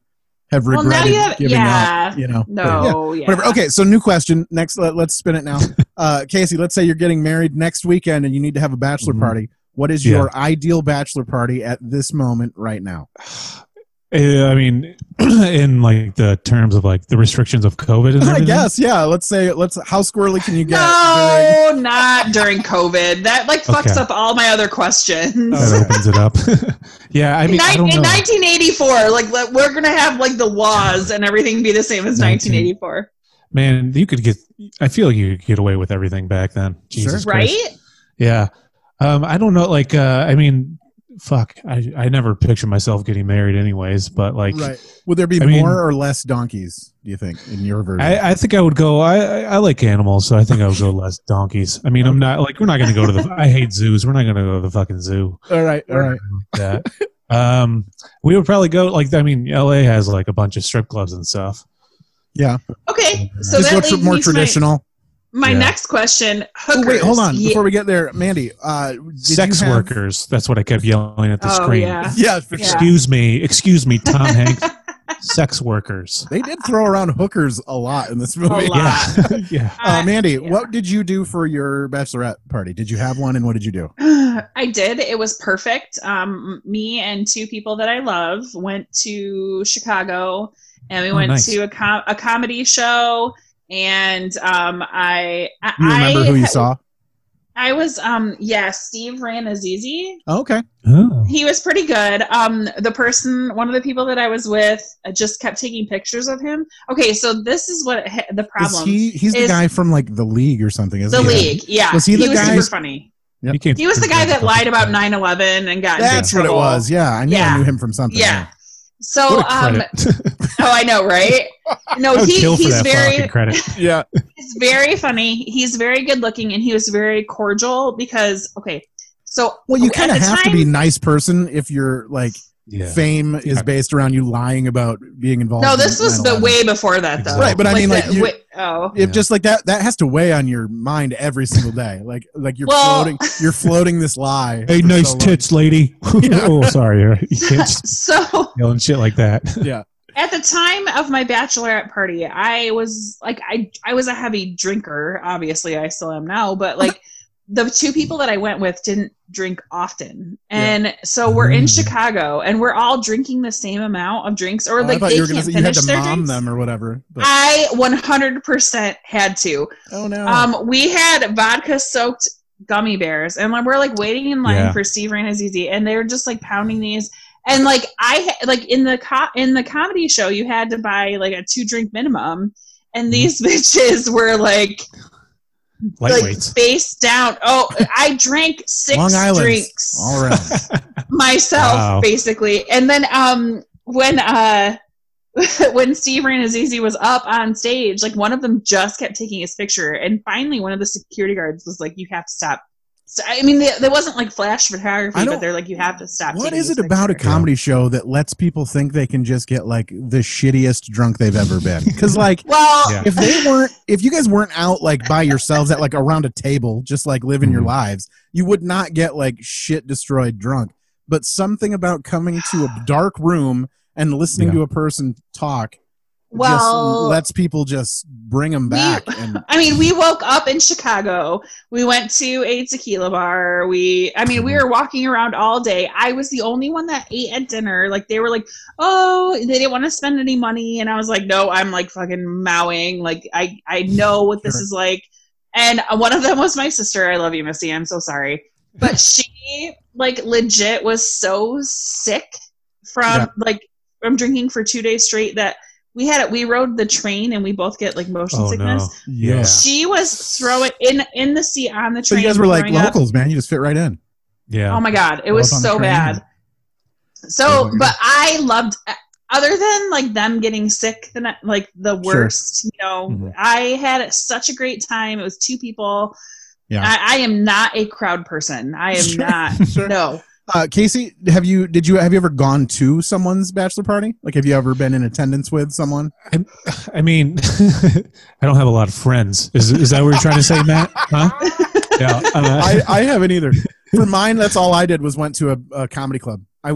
S1: have
S2: Well,
S1: regretted
S2: now you have-
S1: giving
S2: yeah.
S1: up you know
S2: No, yeah.
S1: whatever okay so new question next let, let's spin
S3: (laughs)
S1: it now uh casey let's say you're getting married next weekend and you need to have a bachelor
S3: Mhm.
S1: party what is
S3: Yeah.
S1: your ideal bachelor party at this moment right
S3: (laughs)
S1: now
S3: Eh, I mean, (clears throat) in like the terms of like the restrictions of COVID and
S1: i
S3: everything.
S1: guess yeah let's say let's how squirrely can you get
S3: (laughs)
S1: during-
S2: no, not during COVID. That like fucks
S3: Okay.
S2: up all my other questions.
S3: That opens it up. (laughs) yeah, I mean, I
S2: in,
S3: don't
S2: ni- in
S3: know.
S2: 1984, like le- we're gonna have like the laws and everything be the same as 1984,
S3: Man, you could get. I feel like you could get away with everything back then. Jesus
S1: Sure.
S3: Christ.
S2: right?
S3: Yeah. Um, I don't know. Like, uh, I mean, fuck. I I never pictured myself getting married, anyways. But like,
S1: right. Would there be
S3: I
S1: more
S3: mean-
S1: or less donkeys? Do you think in your version?
S3: I, I think I would go. I, I I like animals, so I think
S1: (laughs)
S3: I would go less donkeys. I mean, I'm not like we're not going to go to the. I hate zoos. We're not going to go to the fucking zoo.
S1: all right, all right.
S3: Like that. um, we would probably go. Like, I mean, L.A. has like a bunch of strip clubs and stuff.
S1: Yeah,
S2: Okay, so
S1: just
S2: that
S1: what's
S2: leads
S1: more
S2: me to my-
S1: traditional.
S2: My,
S3: Yeah.
S2: next question:
S1: Oh,
S2: hookers.
S1: wait, hold on.
S2: Ye-
S1: Before we get there, Mandy, uh, did
S3: Sex
S1: you have-
S3: workers. That's what I kept yelling at the
S2: Oh,
S3: screen.
S2: yeah.
S1: (laughs) Yeah, for
S2: Yeah.
S1: sure.
S3: Excuse me, excuse me, Tom
S2: (laughs)
S3: Hanks. Sex workers.
S1: They did throw around hookers a lot in this movie.
S2: lot.
S3: Yeah, (laughs) yeah.
S1: (laughs) Uh, Mandy,
S2: yeah.
S1: what did you do for your bachelorette party? Did you have one, and what did you do?
S2: I did. It was perfect. Um, me and two people that I love went to Chicago, and we
S3: Oh,
S2: went
S3: nice.
S2: to a com- a comedy show. And um, I, I
S1: You remember
S2: I,
S1: who you
S2: ha-
S1: saw?
S2: I was um, yeah, Steve Ranazizi.
S1: Oh, okay,
S3: Oh.
S2: He was pretty good. Um, the person, one of the people that I was with, uh, just kept taking pictures of him. Okay, so this is what ha- the
S1: is
S2: problem.
S1: he? He's the
S2: is-
S1: guy from like the league or something,
S2: the
S1: isn't he?
S2: league, yeah,
S1: Was he the
S2: was
S1: guy-
S2: super funny.
S3: He, came
S2: He was the guy that lied about 9-11 and got into
S1: That's what it
S2: trouble.
S1: was. Yeah, I knew I
S2: Yeah.
S1: knew him from something.
S2: Yeah. So
S3: What a
S2: um
S3: credit.
S2: (laughs) oh I
S1: (laughs)
S2: know, right?
S3: I
S2: No,
S3: would
S2: he,
S3: kill for
S2: he's
S3: that fucking
S2: very
S3: credit.
S1: yeah.
S2: he's very funny. He's very good looking and he was very cordial because okay. So
S1: Well, you
S2: okay, at
S1: kind of
S2: the
S1: have to
S2: time-
S1: be a nice person if you're like
S3: Yeah.
S1: fame is
S3: Yeah.
S1: based around you lying about being involved.
S2: No,
S1: in
S2: this was the
S1: 9/11.
S2: way before that though.
S1: Right, but I mean, like,
S2: the-
S1: you-
S2: wait- oh. (laughs)
S1: If
S3: Yeah.
S1: just like that, that has to weigh on your mind every single day. Like, like you're
S2: Well-
S1: floating, you're floating this lie.
S3: Hey,
S1: for
S3: nice
S1: so long. (laughs)
S3: tits, lady. (laughs) oh, sorry. You
S2: (laughs)
S3: can't just
S2: So
S3: yell and shit like that.
S1: Yeah,
S2: at the time of my bachelorette party i was like i i was a heavy drinker obviously i still am now but
S1: (laughs)
S2: like the two people that i went with didn't drink often and so we're in
S3: Mm.
S2: chicago and we're all drinking the same amount of drinks or
S1: I
S2: like
S1: thought
S2: they
S1: you were
S2: can't
S1: gonna say you had
S2: finish
S1: to
S2: their
S1: mom
S2: drinks
S1: them or whatever. But,
S2: i 100% had to
S1: oh no!
S2: um we had vodka soaked gummy bears and like, we're like waiting in line
S3: Yeah.
S2: for steve ranazizi and they were just like pounding these and like i ha- like in the co- in the comedy show you had to buy like a two drink minimum
S1: Mm-hmm.
S2: and these (laughs) bitches were like like
S3: (laughs) Lightweights.
S2: face down oh i drank six
S1: Long Island,
S2: drinks
S1: all
S2: (laughs)
S1: around.
S2: myself
S3: Wow.
S2: basically and then um when uh (laughs) when steve ranazizi was up on stage like one of them just kept taking his picture and finally one of the security guards was like you have to stop so, i mean they- there wasn't like flash
S1: I
S2: photography
S1: don't-
S2: but they're like you have to stop
S1: What
S2: taking
S1: is
S2: this
S1: it about a
S2: picture."
S1: comedy show that lets people think they can just get like the shittiest drunk they've ever been? Because like.
S2: well
S3: Yeah.
S1: If they weren't, if you guys weren't out like by yourselves at like around a table, just like living your
S3: Mhm.
S1: lives, you would not get like shit destroyed drunk.
S2: (sighs)
S1: But something about coming to a dark room and listening
S3: Yeah.
S1: to a person talk
S2: Well,
S1: just lets people just bring them back. and
S2: I mean, we woke up in Chicago. We went to a tequila bar. We, I mean, we were walking around all day. I was the only one that ate at dinner. Like, they were like, oh, they didn't want to spend any money. And I was like, no, I'm like fucking mowing. Like, I, I know what this
S1: Sure.
S2: is like. And one of them was my sister. I love you, Missy. I'm so sorry. But she, like, legit was so sick from,
S1: Yeah.
S2: like, from drinking for two days straight that we had it. We rode the train and we both get like motion
S3: Oh
S2: sickness.
S3: no! Yeah,
S2: She was throwing in in the seat on the
S1: so
S2: train.
S1: you guys were like
S2: throwing up.
S1: locals, man. You just fit right in.
S3: yeah.
S2: Oh my god, it
S1: Go
S2: was
S1: up on the
S2: so
S1: train.
S2: bad.
S1: Oh
S2: So,
S1: my God.
S2: but I loved. uh, Other than like them getting sick, the ne- like the worst. You know,
S1: Mm-hmm.
S3: Mhm.
S2: I had such a great time. It was two people.
S1: Yeah.
S2: I, I am not a crowd person. I am
S1: Sure, (laughs)
S2: not.
S1: sure.
S2: No,
S1: Uh, Casey, have you did you have you ever gone to someone's bachelor party? Like, have you ever been in attendance with someone?
S3: I mean, (laughs) I don't have a lot of friends. Is is that what you're trying to say,
S2: (laughs)
S3: Matt? Huh? Yeah.
S1: I,
S3: (laughs) uh,
S1: I haven't either. For mine, that's all I did was went to a, a comedy club. I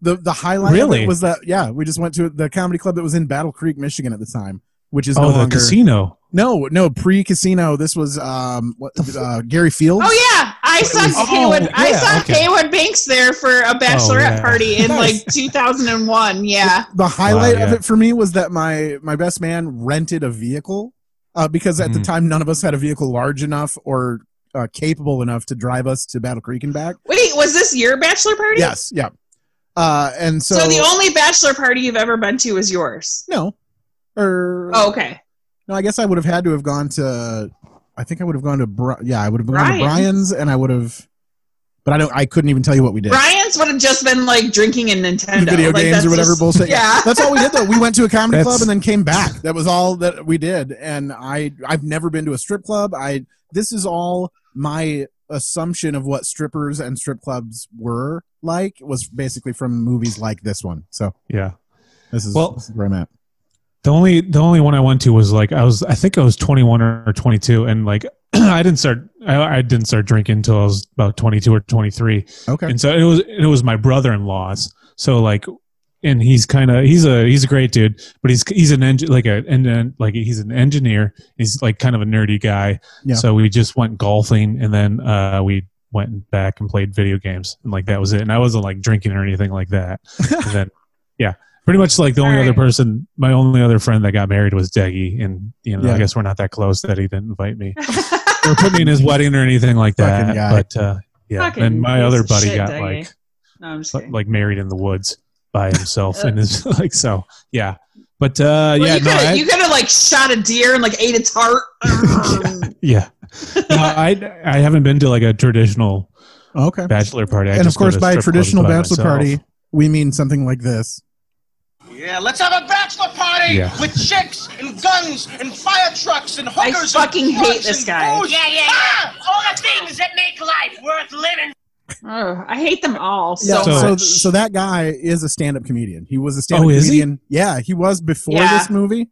S1: the the highlight of it
S3: Really?
S1: was that yeah, we just went to the comedy club that was in Battle Creek, Michigan at the time, which is no
S3: oh, the
S1: longer-
S3: casino.
S1: No, no pre casino. This was um what, uh, Gary Fields.
S2: Oh yeah, I saw
S3: Oh,
S2: Haywood. I
S3: yeah,
S2: saw
S3: okay.
S2: Haywood Banks there for a bachelorette
S3: yeah.
S2: party in
S1: Oh, (laughs) Nice.
S2: like 2001. Yeah,
S1: The highlight
S3: Wow,
S1: of
S3: yeah.
S1: it for me was that my my best man rented a vehicle uh, because at the
S3: Mhm.
S1: time none of us had a vehicle large enough or uh, capable enough to drive us to Battle Creek and back.
S2: wait, was this your bachelor party?
S1: Yes, yeah. Uh, and so,
S2: So, the only bachelor party you've ever been to is yours.
S1: no, or
S2: Oh, okay.
S1: no, I guess I would have had to have gone to. I think I would have gone to. Bri- yeah, I would have gone
S2: Brian.
S1: to Brian's, and I would have. But I don't. I couldn't even tell you what we did.
S2: Brian's would have just been like drinking and Nintendo,
S1: The video
S2: Like,
S1: games
S2: that's
S1: or whatever
S2: (laughs) just-
S1: bullshit.
S2: yeah.
S1: that's all we did though. We went to a comedy
S3: That's-
S1: club and then came back. That was all that we did. And I I've never been to a strip club. I this is all my assumption of what strippers and strip clubs were like was basically from movies like this one. So
S3: Yeah.
S1: this is,
S3: Well-
S1: this is where I'm at.
S3: The only the only one I went to was like I was I think I was 21 or 22 and like (clears throat) I didn't start I, I didn't start drinking until I was about 22 or 23
S1: Okay.
S3: and so it was it was my brother-in-law's so like and he's kind of he's a he's a great dude but he's he's an engine like a and then like he's an engineer he's like kind of a nerdy guy
S1: Yeah.
S3: so we just went golfing and then uh we went back and played video games and like that was it and i wasn't like drinking or anything like that and then (laughs) yeah pretty much like the only
S2: All right.
S3: other person my only other friend that got married was deggy and you know
S1: Yeah.
S3: i guess we're not that close that he didn't invite me or put me
S1: (laughs)
S3: in his wedding or anything like that
S1: Fucking guy.
S3: but uh yeah
S2: Fucking
S3: and my
S2: piece
S3: other
S2: of
S3: buddy
S2: shit,
S3: got
S2: Dougie.
S3: like
S2: no, I'm just
S3: like-
S2: kidding.
S3: like married in the woods by
S1: (laughs)
S3: himself and is like so yeah but uh
S2: Well,
S3: yeah
S2: you
S3: no,
S2: could
S3: I-
S2: have you could have like shot a deer and like ate its heart. Um,
S3: yeah no, i i haven't been to like a traditional
S1: (laughs) Okay.
S3: bachelor party I
S1: and of
S3: just go
S1: course,
S3: to
S1: by
S3: strip clubs
S1: traditional
S3: by
S1: bachelor
S3: myself.
S1: party, we mean something like this.
S4: Yeah, let's have a bachelor party
S3: Yeah.
S4: with chicks and guns and fire trucks and
S2: I
S4: hookers.
S2: fucking
S4: and
S2: hate
S4: drugs
S2: this
S4: and Ah!
S2: guy.
S4: booze.
S5: Yeah, yeah, yeah. All the things that make life worth living.
S2: Ugh, I hate them all so
S1: Yeah, so, so,
S2: much.
S1: that guy is a stand-up comedian. He was a stand-up
S3: Oh, is he?
S1: comedian. Yeah, he was before
S2: Yeah.
S1: this movie.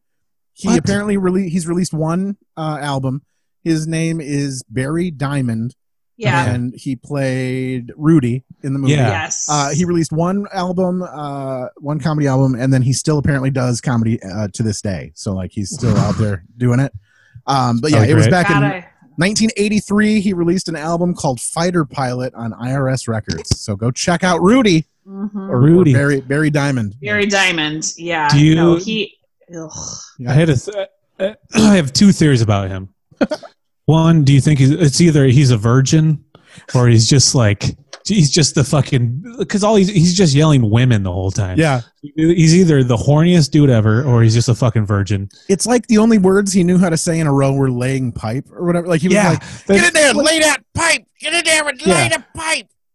S1: He
S3: What?
S1: apparently rele- he's released one uh, album. His name is Barry Diamond,
S2: yeah.
S1: and he played Rudy in the movie.
S3: Yeah.
S2: Yes.
S1: Uh, he released one album, uh, one comedy album, and then he still apparently does comedy uh, to this day. So like he's still out there doing it. Um, but yeah,
S3: Oh,
S1: it was
S3: great.
S1: back
S2: God,
S1: in
S2: I-
S1: 1983. He released an album called Fighter Pilot on IRS Records. So go check out Rudy
S2: Mhm.
S1: or
S3: Rudy.
S1: or Barry Barry Diamond.
S2: Barry Diamond. Yeah.
S3: Do you-
S2: no, he. Ugh.
S3: i had a th- uh, (clears throat) i have two theories
S1: (laughs)
S3: about him one do you think he's, it's either he's a virgin or he's just like he's just the fucking because all he's, he's just yelling women the whole time
S1: Yeah,
S3: he's either the horniest dude ever or he's just a fucking virgin
S1: it's like the only words he knew how to say in a row were "laying pipe" or whatever. Like he was
S3: Yeah,
S1: like,
S3: that's-
S1: "Get in there, and lay that pipe."
S3: yeah.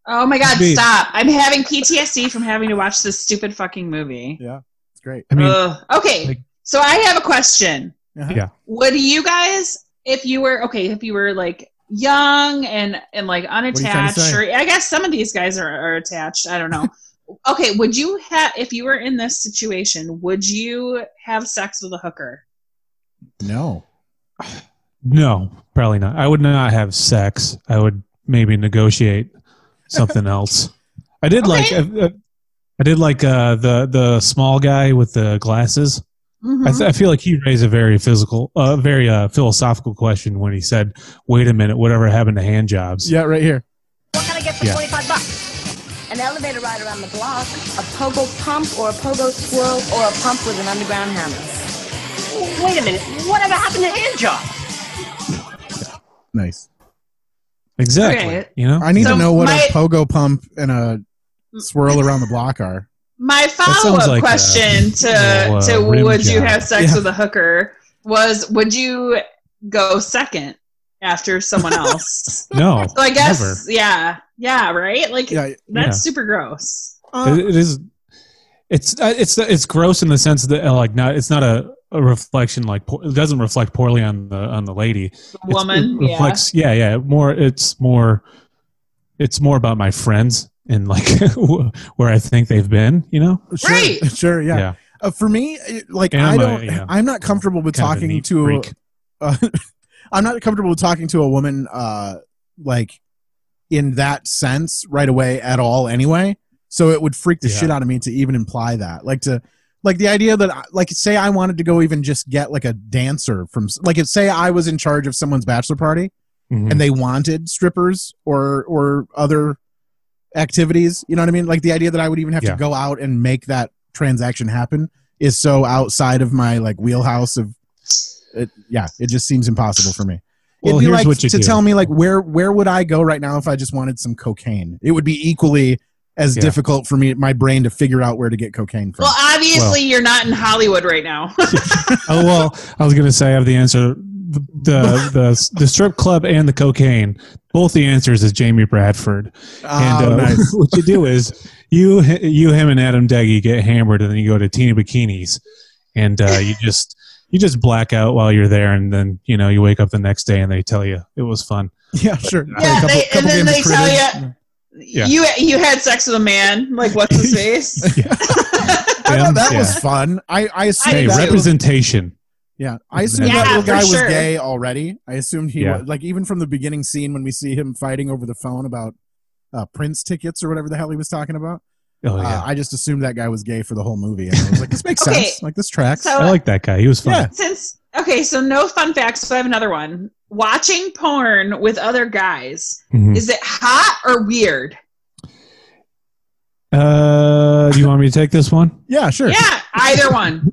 S2: Oh my God!
S3: Babe.
S2: Stop! I'm having PTSD from having to watch this stupid fucking movie.
S1: It's great.
S3: I mean,
S2: Ugh. okay.
S3: like-
S2: so I have a question.
S1: Uh-huh.
S3: Yeah.
S2: Would you guys, if you were okay, if you were like young and and like
S1: you trying to
S2: unattached,
S1: say?
S2: or I guess some of these guys are, are attached. I don't
S3: (laughs)
S2: know. okay, would you have if you were in this situation? Would you have sex with a hooker?
S1: No,
S3: no, probably not. I would not have sex. I would maybe negotiate
S2: (laughs)
S3: something else. I did uh,
S2: Okay.
S3: like, I, I did like uh, the the small guy with the glasses.
S2: Mhm.
S3: I, th- I feel like he raised a very physical, uh, very uh, philosophical question when he said, "Wait a minute, whatever happened to hand jobs?"
S1: Yeah, right here.
S7: What can I get for
S3: Yeah.
S7: 25 bucks? An elevator ride around the block, a pogo pump or a pogo squirrel, or a pump with an underground hammer.
S5: Wait a minute. Whatever happened to hand job?
S1: Nice.
S3: Exactly.
S2: Okay.
S3: You know,
S1: I need
S2: So
S1: to know what
S2: my-
S1: a pogo pump and a swirl around the block are.
S2: My
S3: sounds
S2: follow up
S3: like a
S2: question to
S3: little, uh,
S2: to
S3: rim
S2: would you
S3: job.
S2: have sex
S3: Yeah.
S2: with a hooker was would you go second after
S3: (laughs)
S2: someone else?
S3: no.
S2: (laughs) so I guess
S3: never.
S2: yeah, yeah, right. Like
S1: Yeah.
S2: that's
S3: yeah.
S2: super gross.
S3: It- it is. It's uh, it's it's gross in the sense that uh, like not it's not a, a reflection like po- it doesn't reflect poorly on the on the lady It's-
S2: Woman,
S3: it
S2: yeah.
S3: reflects yeah yeah more it's more it's more about my friends and like (laughs) where I think they've been you know
S1: Sure,
S2: Right.
S1: (laughs) Sure. Yeah. Uh, for me, it- like
S3: And
S1: I
S3: I'm a-
S1: don't,
S3: yeah.
S1: I'm not comfortable with
S3: Kind of a
S1: talking
S3: neat
S1: to.
S3: freak.
S1: uh, (laughs) I'm not comfortable with talking to a woman uh, like in that sense right away at all. Anyway, so it would freak the
S3: Yeah.
S1: shit out of me to even imply that. Like to like the idea that I- like say I wanted to go even just get like a dancer from s- like if say I was in charge of someone's bachelor party
S3: Mhm.
S1: and they wanted strippers or or other activities you know what i mean like the idea that i would even have
S3: Yeah.
S1: to go out and make that transaction happen is so outside of my like wheelhouse of it, yeah it just seems impossible for me
S3: Well,
S1: it'd be
S3: here's
S1: like
S3: what you
S1: to
S3: do.
S1: tell me like where where would i go right now if i just wanted some cocaine it would be equally as
S3: Yeah.
S1: difficult for me my brain to figure out where to get cocaine from
S2: Well, obviously
S3: Well-
S2: you're not in Hollywood right now. (laughs)
S3: oh (laughs) well i was gonna say i have the answer the
S1: (laughs)
S3: the, the the strip club and the cocaine both the answers is jamie bradford and
S1: Oh,
S3: uh,
S1: nice.
S3: (laughs) what you do is you you him and adam deggy get hammered and then you go to teeny bikinis and uh, you just you just black out while you're there and then you know you wake up the next day and they tell you it was fun
S1: (laughs)
S3: (laughs)
S1: yeah sure Play
S2: Yeah, they- and then
S1: games
S2: they
S1: of
S2: tell
S1: cribbage.
S3: Yeah.
S2: You you had sex with a man. Like
S1: (laughs)
S2: what's his face? (laughs)
S3: yeah,
S1: i thought
S3: Them,
S1: that
S3: yeah.
S1: was fun i i assumed
S3: hey
S2: do.
S1: that was-
S3: representation
S1: Yeah, I assumed
S2: Yeah,
S1: that little
S2: for
S1: guy
S2: sure.
S1: was gay already. I assumed he
S3: Yeah.
S1: was like even from the beginning scene when we see him fighting over the phone about uh, Prince tickets or whatever the hell he was talking about.
S3: oh
S1: uh,
S3: yeah
S1: I just assumed that guy was gay for the whole movie, and I was like, this makes
S2: (laughs) Okay.
S1: sense. Like this tracks.
S2: So-
S3: i like that guy he was fun
S1: Yeah.
S2: Since okay, so no fun facts. So I have another one. Watching porn with other guys
S3: Mhm.
S2: is it hot or weird?
S3: uh do you want me to take this one
S1: yeah, sure.
S2: Yeah, either one.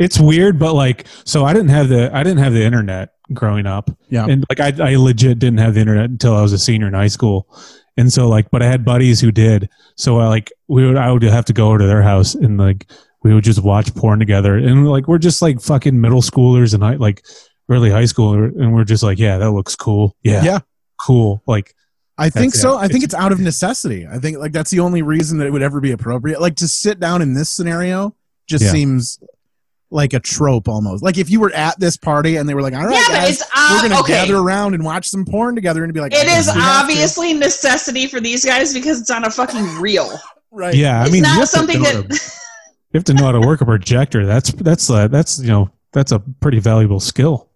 S3: it's weird but like so i didn't have the i didn't have the internet growing up
S1: Yeah.
S3: and like I, I legit didn't have the internet until i was a senior in high school and so like but i had buddies who did so i like we would i would have to go over to their house and like we would just watch porn together and like we're just like fucking middle schoolers and high, like early high school and we're just like yeah that looks cool yeah,
S1: Yeah.
S3: cool like
S1: I think
S3: That's
S1: so.
S3: it.
S1: I think it's out of necessity. I think like that's the only reason that it would ever be appropriate. Like to sit down in this scenario just
S3: Yeah.
S1: seems like a trope almost. Like if you were at this party and they were like, (laughs) "All right,
S2: yeah, but
S1: guys,
S2: it's ob-
S1: we're gonna
S2: okay.
S1: gather around and watch some porn together," and be like,
S2: It is
S1: "We have to."
S2: obviously necessity for these guys because it's on a fucking reel.
S1: right?
S3: yeah i
S2: it's
S3: mean you
S2: not
S3: have to
S2: something
S3: know
S2: that
S3: to- you have to know how to work a projector that's that's uh, that's you know that's a pretty valuable skill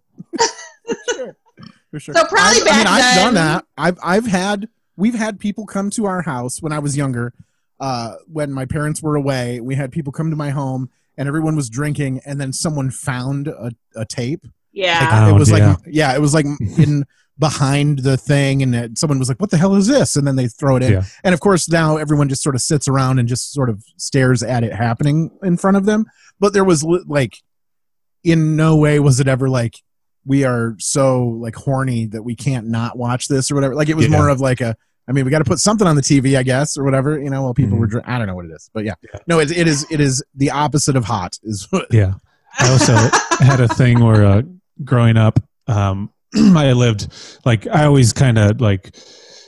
S1: For sure.
S2: So probably
S1: I've,
S2: back
S1: I mean, I've
S2: then-
S1: done that. I've I've had we've had people come to our house when I was younger. Uh, when my parents were away, we had people come to my home, and everyone was drinking, and then someone found a, a tape. Like,
S2: yeah.
S3: Found,
S1: it was
S3: oh, yeah.
S1: like yeah, it was like
S3: (laughs)
S1: in behind the thing, and it, someone was like, "What the hell is this?" And then they throw it in,
S3: Yeah.
S1: and of course now everyone just sort of sits around and just sort of stares at it happening in front of them. But there was li- like, in no way was it ever like we are so like horny that we can't not watch this or whatever. Like it was
S3: Yeah.
S1: more of like a. I mean, we got to put something on the TV, I guess, or whatever, you know, while people
S3: Mm-hmm.
S1: were. Dr- I don't know what it is, but yeah, no, it, it is. It is the opposite of hot. Is (laughs) what,
S3: yeah I also had a thing where uh, growing up, um, (clears throat) I lived like I always kind of like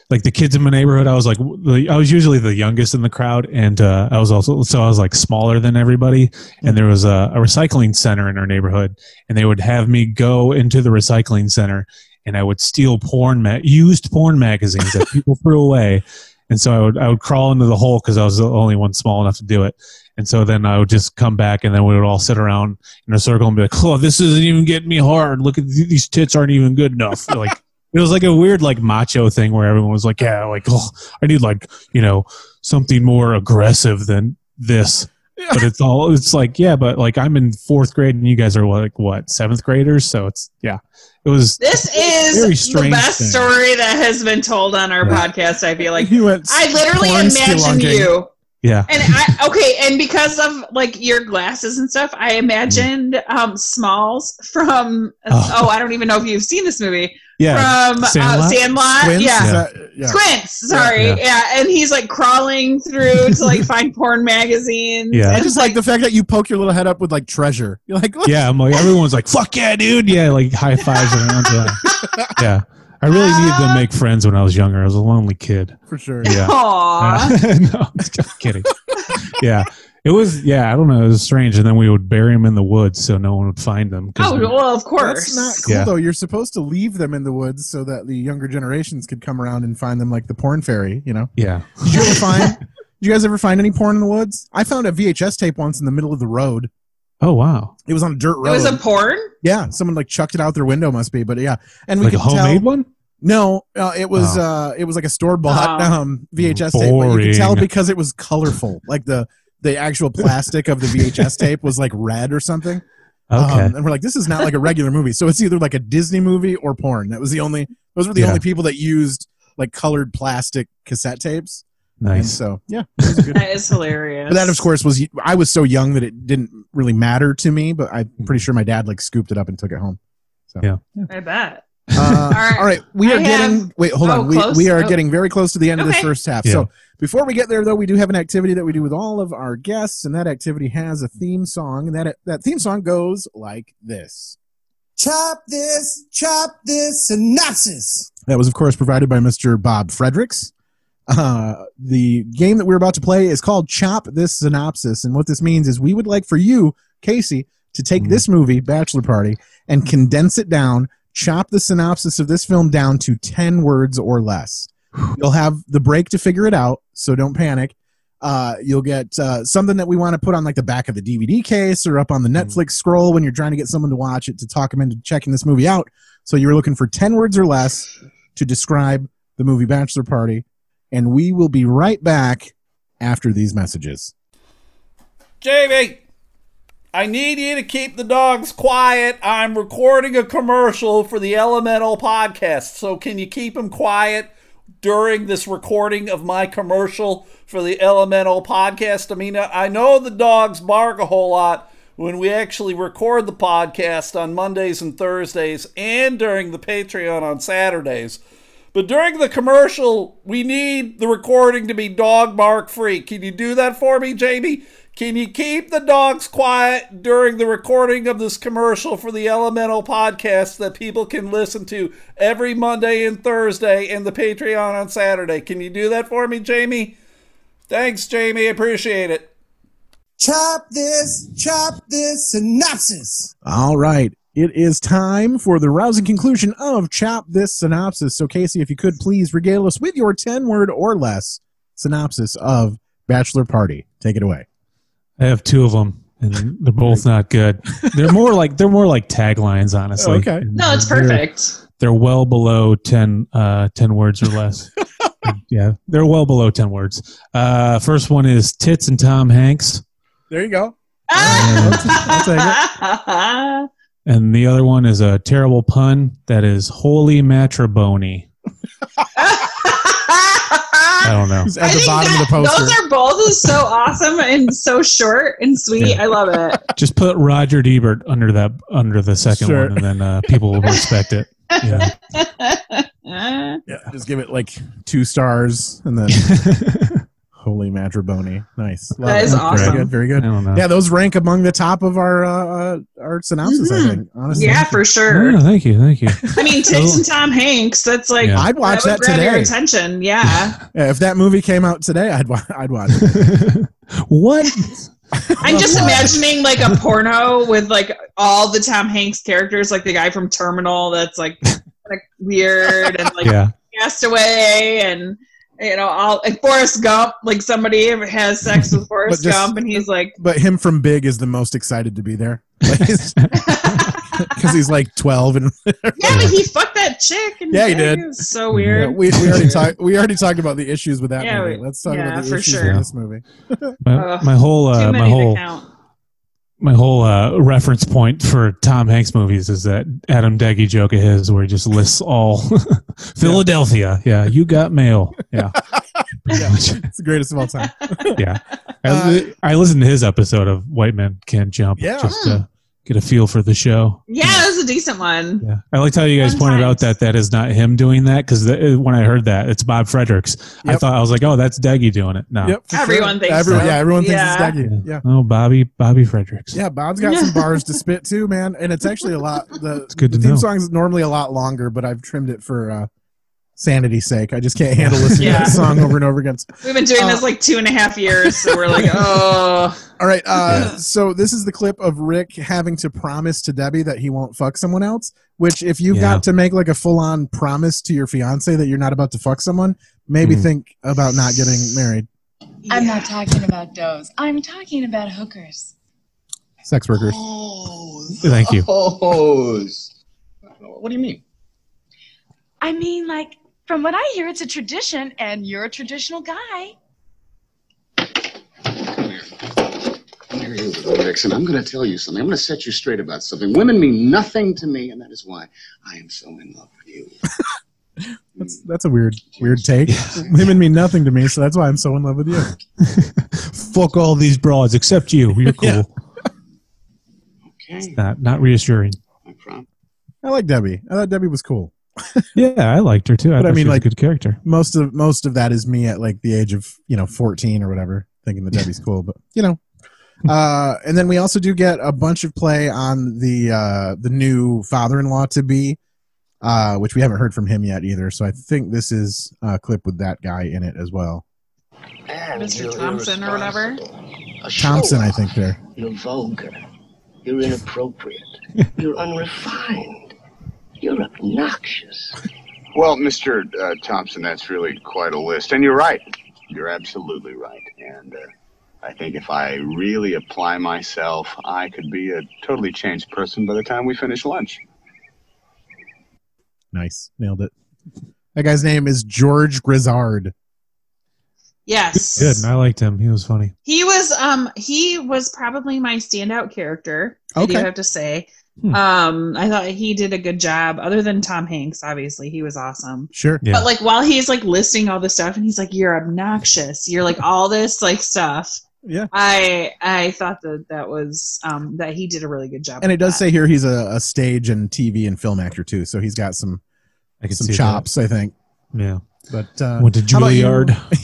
S3: like the kids in my neighborhood. I was like w- the- I was usually the youngest in the crowd, and uh, I was also so I was like smaller than everybody. And there was a, a recycling center in our neighborhood, and they would have me go into the recycling center, and I would steal porn ma- used porn magazines that people threw away. And so I would I would crawl into the hole because I was the only one small enough to do it. And so then I would just come back, and then we would all sit around in a circle and be like, "Oh, this isn't even getting me hard. Look at th- these tits aren't even good enough." (laughs) like it was like a weird like macho thing where everyone was like, "Yeah, like oh, I need like you know something more aggressive than this." But it's all it's like yeah, but like I'm in fourth grade and you guys are like what seventh graders, so it's yeah. It was
S2: This
S3: Very
S2: is the
S3: strange
S2: best
S3: thing.
S2: story that has been told on our
S3: Yeah.
S2: podcast. I feel like
S1: he went
S2: I literally
S1: corn
S2: imagine
S1: spelunking.
S2: you.
S3: yeah.
S2: And I okay, and because of like your glasses and stuff, I imagined um Smalls from
S3: Oh.
S2: oh, I don't even know if you've seen this movie
S3: Yeah.
S2: from Uh,
S3: Sandlot?
S2: Sandlot.
S1: Squints?
S2: Yeah.
S1: Is that- yeah.
S2: Squints,
S1: Yeah.
S2: sorry,
S3: Yeah.
S2: yeah. and he's like crawling through to
S3: (laughs)
S2: like find porn magazines.
S3: Yeah.
S1: I
S2: and
S1: just like the fact that you poke your little head up with like treasure. (laughs) You're like, look,
S3: Yeah, I'm like everyone's like, fuck yeah, dude. Yeah, like high fives around. Yeah.
S2: (laughs)
S3: yeah. I really needed to make friends when I was younger. I was a lonely kid.
S1: for sure.
S3: Yeah.
S2: Aw.
S3: Uh, (laughs) no, I'm just kidding. yeah. It was yeah, I don't know, it was strange. And then we would bury him in the woods so no one would find them.
S2: Oh well, of
S1: That's
S2: course.
S1: not cool
S3: Yeah.
S1: though. You're supposed to leave them in the woods so that the younger generations could come around and find them like the porn fairy, you know?
S3: yeah.
S1: Did
S2: (laughs)
S1: you ever find did you guys ever find any porn in the woods? I found a VHS tape once in the middle of the road.
S3: Oh wow.
S1: It was on a dirt
S2: It
S1: road.
S2: was a porn.
S1: yeah, someone like chucked it out their window must be, but yeah. And we
S3: Like a
S1: could tell
S3: homemade one?
S1: No, uh, it was
S3: Oh.
S1: uh, it was like a store bought
S2: Oh.
S1: um, VHS tape. But you
S3: Boring.
S1: could tell because it was colorful. like the the actual plastic of the
S3: (laughs)
S1: VHS tape was like red or something.
S3: Okay.
S1: Um, and we're like, this is not like a regular movie. So it's either like a Disney movie or porn. That was the only. Those were the
S3: Yeah.
S1: only people that used like colored plastic cassette tapes. And
S3: nice.
S1: so yeah, it was a
S2: (laughs)
S1: good. (laughs)
S2: That is hilarious.
S1: But that, of course, was I was so young that it didn't really matter to me. But I'm
S3: Hmm.
S1: pretty sure my dad like scooped it up and took it home. So
S3: Yeah.
S2: I bet.
S1: uh,
S2: All right.
S1: all right, we
S2: I
S1: are getting. wait, hold
S2: oh,
S1: on. We,
S2: close?
S1: we are
S2: Oh.
S1: getting very close to the end of this
S2: Okay.
S1: first half.
S3: Yeah.
S1: So before we get there, though, we do have an activity that we do with all of our guests, and that activity has a theme song, and that that theme song goes like this.
S8: Chop this, chop this synopsis.
S1: That was, of course, provided by Mr. Bob Fredericks. Uh, the game that we're about to play is called Chop This Synopsis. And what this means is we would like for you, Casey, to take
S3: Mhm.
S1: this movie, Bachelor Party, and condense it down, chop the synopsis of this film down to 10 words or less. You'll have the break to figure it out, so don't panic. Uh, you'll get uh, something that we want to put on like the back of the DVD case or up on the Netflix scroll when you're trying to get someone to watch it to talk them into checking this movie out. So you're looking for 10 words or less to describe the movie Bachelor Party. And we will be right back after these messages.
S9: Jamie, I need you to keep the dogs quiet. I'm recording a commercial for the Elemental podcast, so can you keep them quiet during this recording of my commercial for the Elemental podcast? I mean, I I know the dogs bark a whole lot when we actually record the podcast on Mondays and Thursdays and during the Patreon on Saturdays. But during the commercial, we need the recording to be dog bark free. Can you do that for me, Jamie? Can you keep the dogs quiet during the recording of this commercial for the Elemental podcast that people can listen to every Monday and Thursday and the Patreon on Saturday? Can you do that for me, Jamie? Thanks, Jamie. Appreciate it.
S8: Chop this, chop this synopsis.
S1: All right. It is time for the rousing conclusion of Chop This Synopsis. So, Casey, if you could please regale us with your 10 word or less synopsis of Bachelor Party. Take it away.
S3: I have two of them, and they're both not good. They're more like they're more like taglines, honestly.
S1: Okay.
S2: No, it's
S3: They're-
S2: perfect.
S3: They're, well below 10, uh, 10 words
S1: (laughs)
S3: or less. yeah, they're well below ten words. Uh, first one is tits and Tom Hanks,
S1: There you go.
S2: Ah!
S3: and the other one is a terrible pun that is holy matrimony. I
S2: (laughs)
S1: (laughs)
S3: don't know.
S1: It's Oh, at the
S2: think
S1: bottom
S2: that-
S1: of the poster.
S2: Those are both so awesome and so short and sweet. I love it.
S3: Just put Roger Ebert under that under the second
S1: Sure.
S3: one, and then uh, people will respect it. Yeah.
S1: yeah, just give it like two stars
S2: (laughs)
S1: and then holy matrimony. Nice. Love
S2: That
S1: it.
S2: is awesome.
S1: Very good. Very (laughs) good.
S3: I don't know.
S1: Yeah, those rank among the top of our uh, uh, our synopsis. I
S2: Mhm.
S1: think honestly.
S2: yeah, for sure.
S3: Oh, thank you, thank you. (laughs)
S2: I mean, Tix and Tom Hanks. That's like
S3: Yeah.
S1: I'd watch that,
S2: that would grab your
S1: today.
S2: attention.
S1: (laughs)
S2: Yeah,
S1: Yeah, if that movie came out today, I'd wa- (laughs) I'd watch it.
S3: what?
S2: I'm just imagining like a porno with like all the Tom Hanks characters, like the guy from Terminal. That's like, like weird and like
S3: yeah,
S2: Castaway and you know all and Forrest Gump. Like somebody has sex
S3: (laughs)
S2: with Forrest
S1: just-
S2: Gump, and he's like, (laughs)
S1: (laughs) But him from Big is the most excited to be there. Like, he's- because he's like 12 and
S2: Yeah, but he fucked that chick. And
S1: Yeah, he
S2: it
S1: did.
S2: was so
S1: Yeah,
S2: weird.
S1: (laughs) we, we already talked we already talked about the issues with that
S2: Yeah,
S1: movie.
S2: we-
S1: Let's talk
S2: yeah,
S1: about the
S2: for
S1: issues
S2: sure.
S1: in this movie.
S3: My,
S2: Ugh,
S3: my whole uh,
S2: Too
S3: my
S2: many
S3: whole
S2: to count.
S3: my whole uh, reference point for Tom Hanks movies is that Adam Deggy joke of his where he just lists all (laughs) Philadelphia. Yeah, you got mail.
S1: (laughs)
S3: Yeah. Pretty much.
S1: It's the greatest of all time.
S3: yeah. I, I listened to his episode of White Men Can't Jump
S1: Yeah.
S3: just to get a feel for the show.
S2: Yeah, that was a decent one.
S3: Yeah. I liked how you guys
S2: Fun
S3: pointed
S2: times.
S3: out that that is not him doing that because when I heard that, it's Bob Fredericks. I
S1: Yep.
S3: thought, I was like, oh, that's Deggy doing it. No.
S1: Yep, for sure.
S2: Everyone thinks
S1: Everyone-
S2: so.
S1: Yeah, everyone thinks
S2: Yeah.
S1: it's Dougie. Yeah.
S3: Oh, Bobby, Bobby Fredericks.
S1: Yeah, Bob's got
S2: (laughs)
S1: some bars to spit too, man. And it's actually a lot.
S3: (laughs)
S1: The,
S3: good
S1: the
S3: to
S1: theme
S3: know.
S1: song's normally a lot longer, but I've trimmed it for uh, sanity's sake. I just can't handle listening
S2: (laughs) Yeah.
S1: to that song over and over again.
S2: We've been doing
S1: Uh,
S2: this like two and a half years, so we're like, oh,
S1: All right. Uh, So this is the clip of Rick having to promise to Debbie that he won't fuck someone else. Which, if you've
S3: Yeah.
S1: got to make like a full-on promise to your fiance that you're not about to fuck someone, maybe
S3: Mhm.
S1: think about not getting married.
S5: I'm not talking about those. I'm talking about hookers.
S1: Sex workers.
S6: Oh,
S3: Thank you.
S6: those. What do you mean?
S5: I mean, like, from what I hear, it's a tradition, and you're a traditional guy.
S6: Come here. Come here, you little vixen. I'm going to tell you something. I'm going to set you straight about something. Women mean nothing to me, and that is why I am so in love with you.
S1: That's that's a weird weird take. (laughs) Women mean nothing to me, so that's why I'm so in love with you.
S3: (laughs) Fuck all these broads except you. You're cool.
S1: Yeah.
S6: Okay.
S3: Not not reassuring.
S6: I promise.
S1: I like Debbie. I thought Debbie was cool.
S3: Yeah, I liked her too. I
S1: But I
S3: thought
S1: mean,
S3: she was
S1: like-
S3: a good character.
S1: Most of most of that is me at like the age of you know 14 or whatever, thinking that
S3: (laughs)
S1: Debbie's cool. But you know, uh, and then we also do get a bunch of play on the uh, the new father-in-law to be, uh, which we haven't heard from him yet either. So I think this is a clip with that guy in it as well.
S2: Mr. Thompson or whatever?
S1: Thompson, I think there.
S6: You're vulgar. You're inappropriate. You're unrefined. You're obnoxious. Well, Mr. Uh, Thompson, that's really quite a list. And you're right. You're absolutely right. And uh, I think if I really apply myself, I could be a totally changed person by the time we finish lunch.
S1: Nice, nailed it. That guy's name is George Grizzard.
S2: yes.
S3: Good. And I liked him. He was funny.
S2: He was um he was probably my standout character. I
S1: Okay.
S2: do have to say.
S3: Hmm.
S2: Um I thought he did a good job other than Tom Hanks obviously. He was awesome.
S1: Sure.
S3: Yeah.
S2: But like while he's like listing all this stuff and he's like you're obnoxious. You're like all this like stuff.
S1: Yeah.
S2: I I thought that that was um that he did a really good
S1: And
S2: job. with
S1: it does
S2: that.
S1: say here he's a, a stage and TV and film actor too, so he's got some
S3: I could
S1: some
S3: see that.
S1: chops, I think.
S3: Yeah.
S1: But uh,
S3: Went to
S1: how about you-
S3: Juilliard.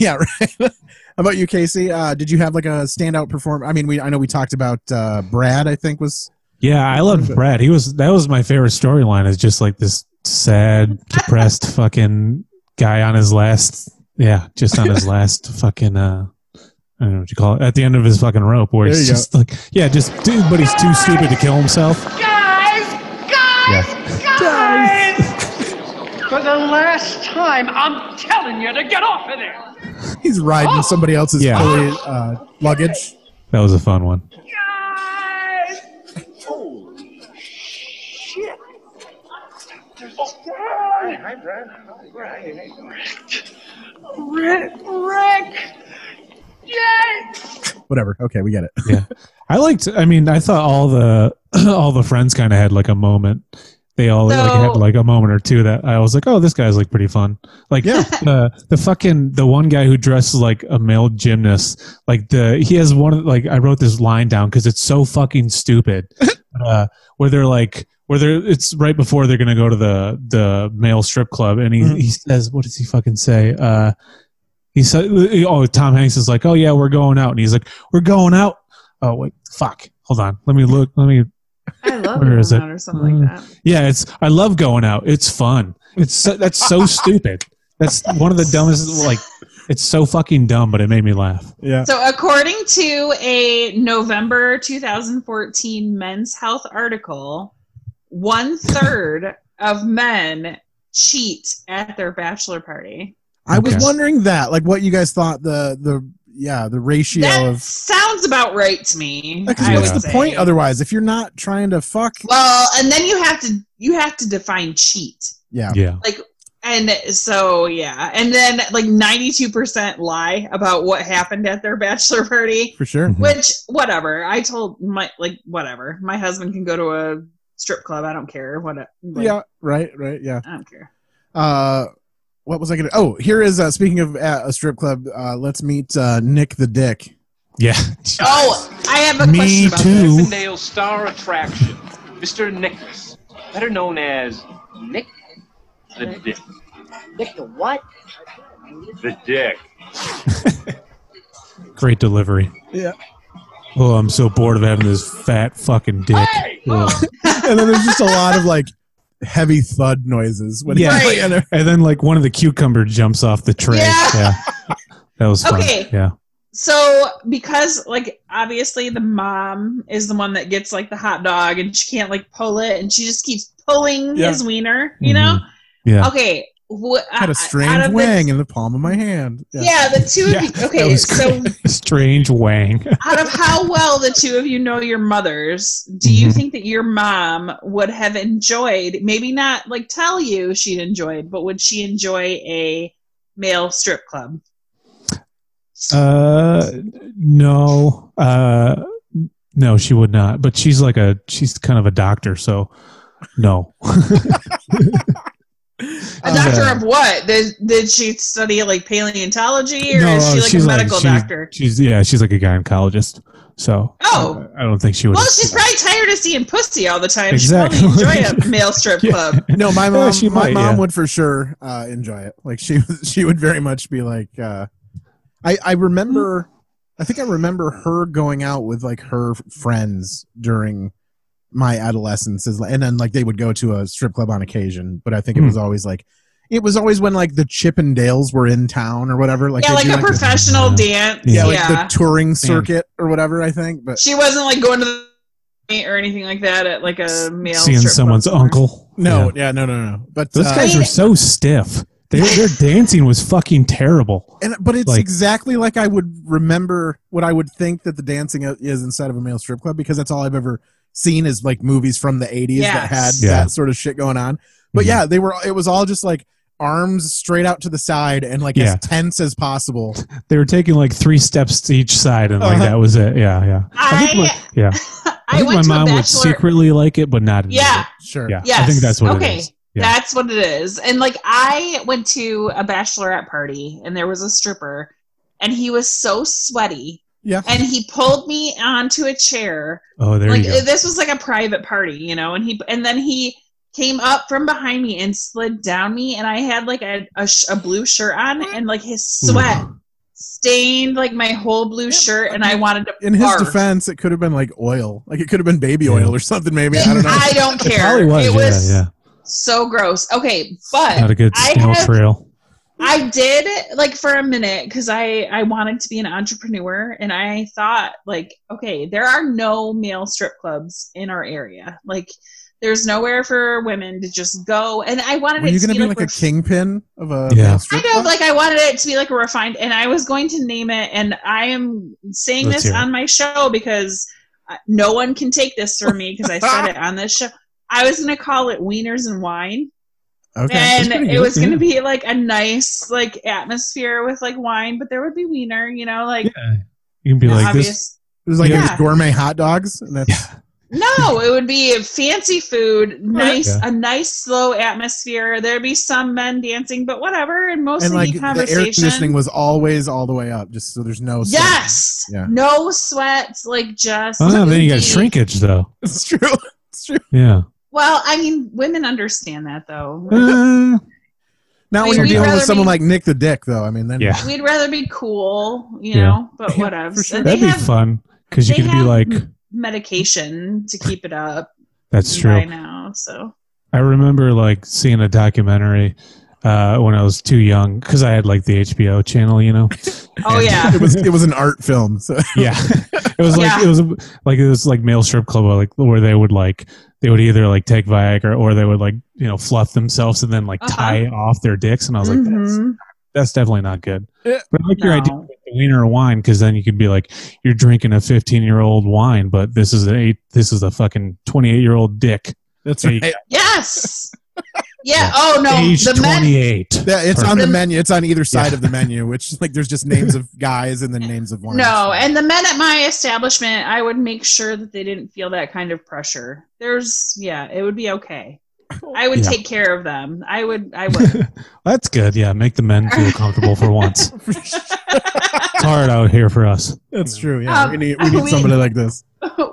S1: (laughs) Yeah, right. how about you, Casey? Uh, did you have like a standout perform? I mean, we I know we talked about uh, Brad. I think was (laughs)
S3: Yeah, I loved Brad. He was that was my favorite storyline. Is just like this sad, depressed fucking guy on his last. Yeah, just on his last fucking. uh I don't know what you call it. At the end of his fucking rope, where
S1: There
S3: it's
S1: you go.
S3: just like, yeah, just dude, but he's too stupid to kill himself.
S5: Guys, guys,
S3: Yeah.
S5: guys!
S6: For the last time, I'm telling you to get off of there.
S1: he's
S2: Oh!
S1: riding somebody else's
S3: Yeah.
S1: fully, uh, luggage.
S3: That was a fun one.
S6: Guys! Holy shit! Hi, hi, Brad. Hi, Brad. Rick! Rick! Rick! Yes!
S1: Whatever. Okay, we get it.
S3: I liked. I mean, I thought all the (clears throat) all the friends kind of had like a moment. They all like,
S2: So-
S3: had like a moment or two that I was like, "Oh, this guy's like pretty fun." Like
S1: Yeah.
S3: (laughs) the the fucking the one guy who dresses like a male gymnast. Like the he has one of like I wrote this line down because it's so fucking stupid. uh, where they're like where they're it's right before they're gonna go to the the male strip club, and he
S1: Mhm.
S3: he says, "What does he fucking say?" Uh, he said, "Oh, Tom Hanks is like, oh yeah, we're going out," and he's like, "We're going out." Oh wait, fuck. Hold on. Let me look. Let me.
S2: I love
S3: Where is
S2: it
S3: it?
S2: or something like
S1: Mm.
S2: that.
S3: Yeah, it's. I love going out. It's fun. It's so, that's
S2: (laughs)
S3: so stupid. That's one of the dumbest. Like, it's so fucking dumb, but it made me laugh.
S1: Yeah.
S2: So, according to a November 2014 Men's Health article, one third of men cheat at their bachelor party.
S1: I was
S3: Okay.
S1: wondering that, like, what you guys thought the the yeah the ratio
S2: That
S1: of
S2: sounds sounds about right to me.
S1: Because
S2: I
S1: what's
S2: would
S1: the
S2: say.
S1: point otherwise? If you're not trying to fuck,
S2: Well, and then you have to you have to define cheat.
S1: yeah,
S3: Yeah.
S2: And so yeah, and then like 92% lie about what happened at their bachelor party,
S1: for sure.
S3: Mhm.
S2: which whatever. I told my like whatever. My husband can go to a strip club, I don't care what like,
S1: Yeah, right, right, yeah.
S2: I don't care.
S1: Uh, what was I gonna? Oh, here is uh, speaking of uh, a strip club. Uh, let's meet uh, Nick the Dick.
S3: Yeah.
S2: Oh, I have a
S3: Me
S2: question about
S3: too.
S2: this.
S10: Dale Star Attraction, Mr. Nicholas, better known as Nick the Dick.
S7: Nick the what?
S10: The Dick.
S3: Great delivery.
S1: Yeah.
S3: Oh, I'm so bored of having this fat fucking dick. Ugh.
S1: and then there's just a lot of like heavy thud noises when
S3: Yeah.
S1: he's playing it.
S3: And then like one of the cucumber jumps off the tray.
S2: Yeah.
S3: That was fun.
S2: Okay.
S3: Yeah.
S2: So because like obviously the mom is the one that gets like the hot dog and she can't like pull it and she just keeps pulling
S1: Yeah. Mm-hmm.
S2: his wiener, you know?
S3: Yeah.
S2: Okay. Wh-
S1: had
S2: uh,
S1: a
S2: out
S1: strange
S2: of the-
S1: wang in the palm of my hand.
S2: yeah. the two of
S1: (laughs)
S3: Yeah,
S2: you.
S3: That
S2: Okay,
S3: was
S2: so
S3: great. Mm-hmm. strange wang.
S2: out of how well the two of you know your mothers, do you
S3: Mhm.
S2: think that your mom would have enjoyed, maybe not like tell you she'd enjoyed, but would she enjoy a male strip club?
S3: Uh, no, uh, no, she would not. But she's like a she's kind of a doctor, so no. (laughs)
S2: A
S1: Uh,
S2: doctor of what? Did, did she study like paleontology or
S3: no,
S2: is she like
S3: she's
S2: a medical
S3: she's-
S2: doctor?
S3: She's yeah, she's like a gynecologist. So
S2: Oh.
S3: I, I don't think she would.
S2: Well, she's probably tired of seeing pussy all the time.
S3: Exactly.
S2: She probably enjoy a male strip
S3: Yeah. (laughs)
S2: club.
S1: No, my mom.
S3: Yeah, she
S1: my
S3: might,
S1: mom
S3: yeah.
S1: would for sure uh, enjoy it. Like she, she would very much be like. Uh, I I remember, I think I remember her going out with like her friends during my adolescence, is- and then like they would go to a strip club on occasion. But I think it
S3: Hmm.
S1: was always like, it was always when like the Chippendales were in town or whatever. Like
S2: yeah,
S1: they'd
S2: like
S1: do,
S2: a
S1: the-
S2: professional dance.
S1: yeah,
S2: Yeah.
S1: like the touring circuit or whatever. I think, but
S2: she wasn't like going to the or anything like that at like a male
S3: seeing
S2: strip club
S3: someone's
S2: somewhere.
S3: uncle.
S1: no,
S3: Yeah.
S1: yeah, no, no, no. But
S3: those
S1: uh,
S3: guys were so stiff.
S2: (laughs)
S3: Their their dancing was fucking terrible.
S1: and but it's
S3: Like-
S1: exactly like I would remember what I would think that the dancing is inside of a male strip club because that's all I've ever seen is like movies from the 80s that had
S2: Yes.
S3: Yeah.
S1: that sort of shit going on. But
S3: Mhm.
S1: yeah, they were it was all just like arms straight out to the side and like
S3: Yeah.
S1: as tense as possible.
S3: They were taking like three steps to each side, and like
S1: Uh-huh.
S3: that was it. Yeah, yeah.
S2: I-
S3: my, yeah. I,
S2: I, went to a
S3: think my mom
S2: bachelor.
S3: would secretly like it, but not. admit
S2: Yeah.
S1: Sure.
S3: it. yeah.
S2: Yes.
S3: I think that's what
S2: okay.
S3: it is. Yeah.
S2: That's what it is. And like I went to a bachelorette party and there was a stripper and he was so sweaty
S1: Yeah.
S2: and he pulled me onto a chair
S3: Oh, there
S2: like
S3: you go.
S2: this was like a private party, you know, and he and then he came up from behind me and slid down me, and I had like a a, sh- a blue shirt on, and like his sweat
S3: Ooh.
S2: stained like my whole blue shirt, and I wanted to.
S1: In his
S2: barf.
S1: defense, it could have been like oil. Like it could have been baby
S3: Yeah.
S1: oil or something
S2: (laughs)
S1: maybe. I don't know.
S2: I don't
S3: It
S2: care.
S3: probably
S2: It was,
S3: was. yeah,
S2: so gross. Okay,
S3: yeah. Not
S2: but
S3: a good
S2: I
S3: snail
S2: have-
S3: trail.
S2: I did like for a minute because I I wanted to be an entrepreneur, and I thought like, okay, there are no male strip clubs in our area, like. There's nowhere for women to just go, and I wanted
S1: Were
S2: it
S1: you
S2: to
S1: going to
S2: be,
S1: be like a
S2: ref-
S1: kingpin of a
S3: Yeah.
S1: male strip
S2: I know,
S1: club?
S2: like I wanted it to be like a refined, and I was going to name it, and I am saying
S3: Let's
S2: this
S3: hear it.
S2: on my show because uh, no one can take this from me because I
S1: (laughs)
S2: said it on this show. I was going to call it Wieners and Wine,
S1: Okay.
S2: and
S3: pretty
S2: it
S3: good,
S2: was going
S3: yeah.
S2: to be like a nice like atmosphere with like wine, but there would be wiener, you know, like
S3: You can be like this.
S2: obvious.
S1: It was like
S2: Yeah.
S1: those gourmet hot dogs and that's
S2: No, it would be fancy
S3: (laughs)
S2: food, nice
S3: Yeah.
S2: a nice slow atmosphere. There'd be some men dancing, but whatever, and mostly
S1: and like the
S2: conversation.
S1: air conditioning was always all the way up just so there's no
S2: Yes.
S1: Yeah.
S2: No sweats, like just.
S3: Oh, then you got
S2: oogie.
S3: shrinkage though.
S1: (laughs) it's
S2: (laughs)
S1: true it's true
S3: Yeah.
S2: Well, I mean, women understand that though.
S3: Uh,
S1: Not when
S2: We'd
S1: you're dealing with
S2: rather
S1: someone
S2: be-
S1: like Nick the Dick, though. I mean, then
S3: yeah.
S2: We'd rather be cool, you
S3: (laughs) Yeah.
S2: know, but
S1: Yeah,
S2: whatever.
S1: for sure.
S2: And they
S3: That'd be
S2: have
S3: fun because you
S2: they
S3: could be
S2: have-
S3: like,
S2: medication to keep it up
S3: that's
S2: by
S3: true.
S2: now. So
S3: I remember like seeing a documentary uh, when I was too young because I had like the HBO channel, you know.
S2: Oh, yeah.
S1: it was it was an art film. So (laughs)
S3: yeah it was like
S2: Yeah.
S3: it was like it was like male strip club like where they would like they would either like take viagra or they would like you know fluff themselves and then like
S2: Uh-huh.
S3: tie off their dicks and i was like that's,
S2: Mhm.
S1: Eh,
S3: that's definitely not good but i like your idea
S2: No.
S3: the wiener a wine because then you could be like, you're drinking a 15 year old wine, but this is an eight, this is a fucking 28 year old dick.
S1: That's
S3: right. (laughs)
S2: Yes. Yeah. Oh no.
S3: Age
S2: the men.
S3: 28.
S1: Yeah, it's on the
S2: Perfect.
S1: menu. It's on either side of the menu, which like there's just names of guys and then names of wines.
S2: No, and the men at my establishment, I would make sure that they didn't feel that kind of pressure. There's, yeah, it would be okay. I would
S3: Yeah.
S2: take care of them. I would. I
S3: (laughs)
S2: would.
S3: That's good. Yeah. Make the men feel comfortable
S1: (laughs)
S3: for once. it's hard out here for us.
S1: That's true. Yeah,
S2: Um,
S1: we need, we need
S2: we-
S1: somebody like this.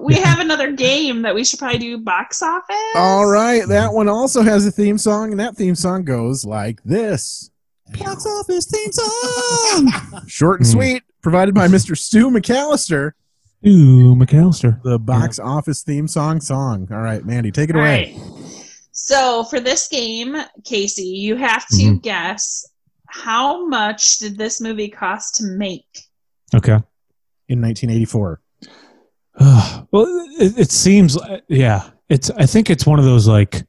S2: we have another game that we should probably do box office.
S1: All right, that one also has a theme song, and that theme song goes like this. Box office theme
S3: (laughs)
S1: song. Short
S3: Hmm.
S1: and sweet, provided by Mr. Stu McAllister.
S3: Ooh, McAllister.
S1: The box office theme song song. All right, Mandy, take it
S2: All
S1: away.
S2: So for this game, Casey, you have to
S3: Mhm.
S2: guess how much did this movie cost to make?
S3: Okay.
S1: In 1984.
S3: Ugh. (sighs) well, it, it seems, li- yeah. It's. I think it's one of those like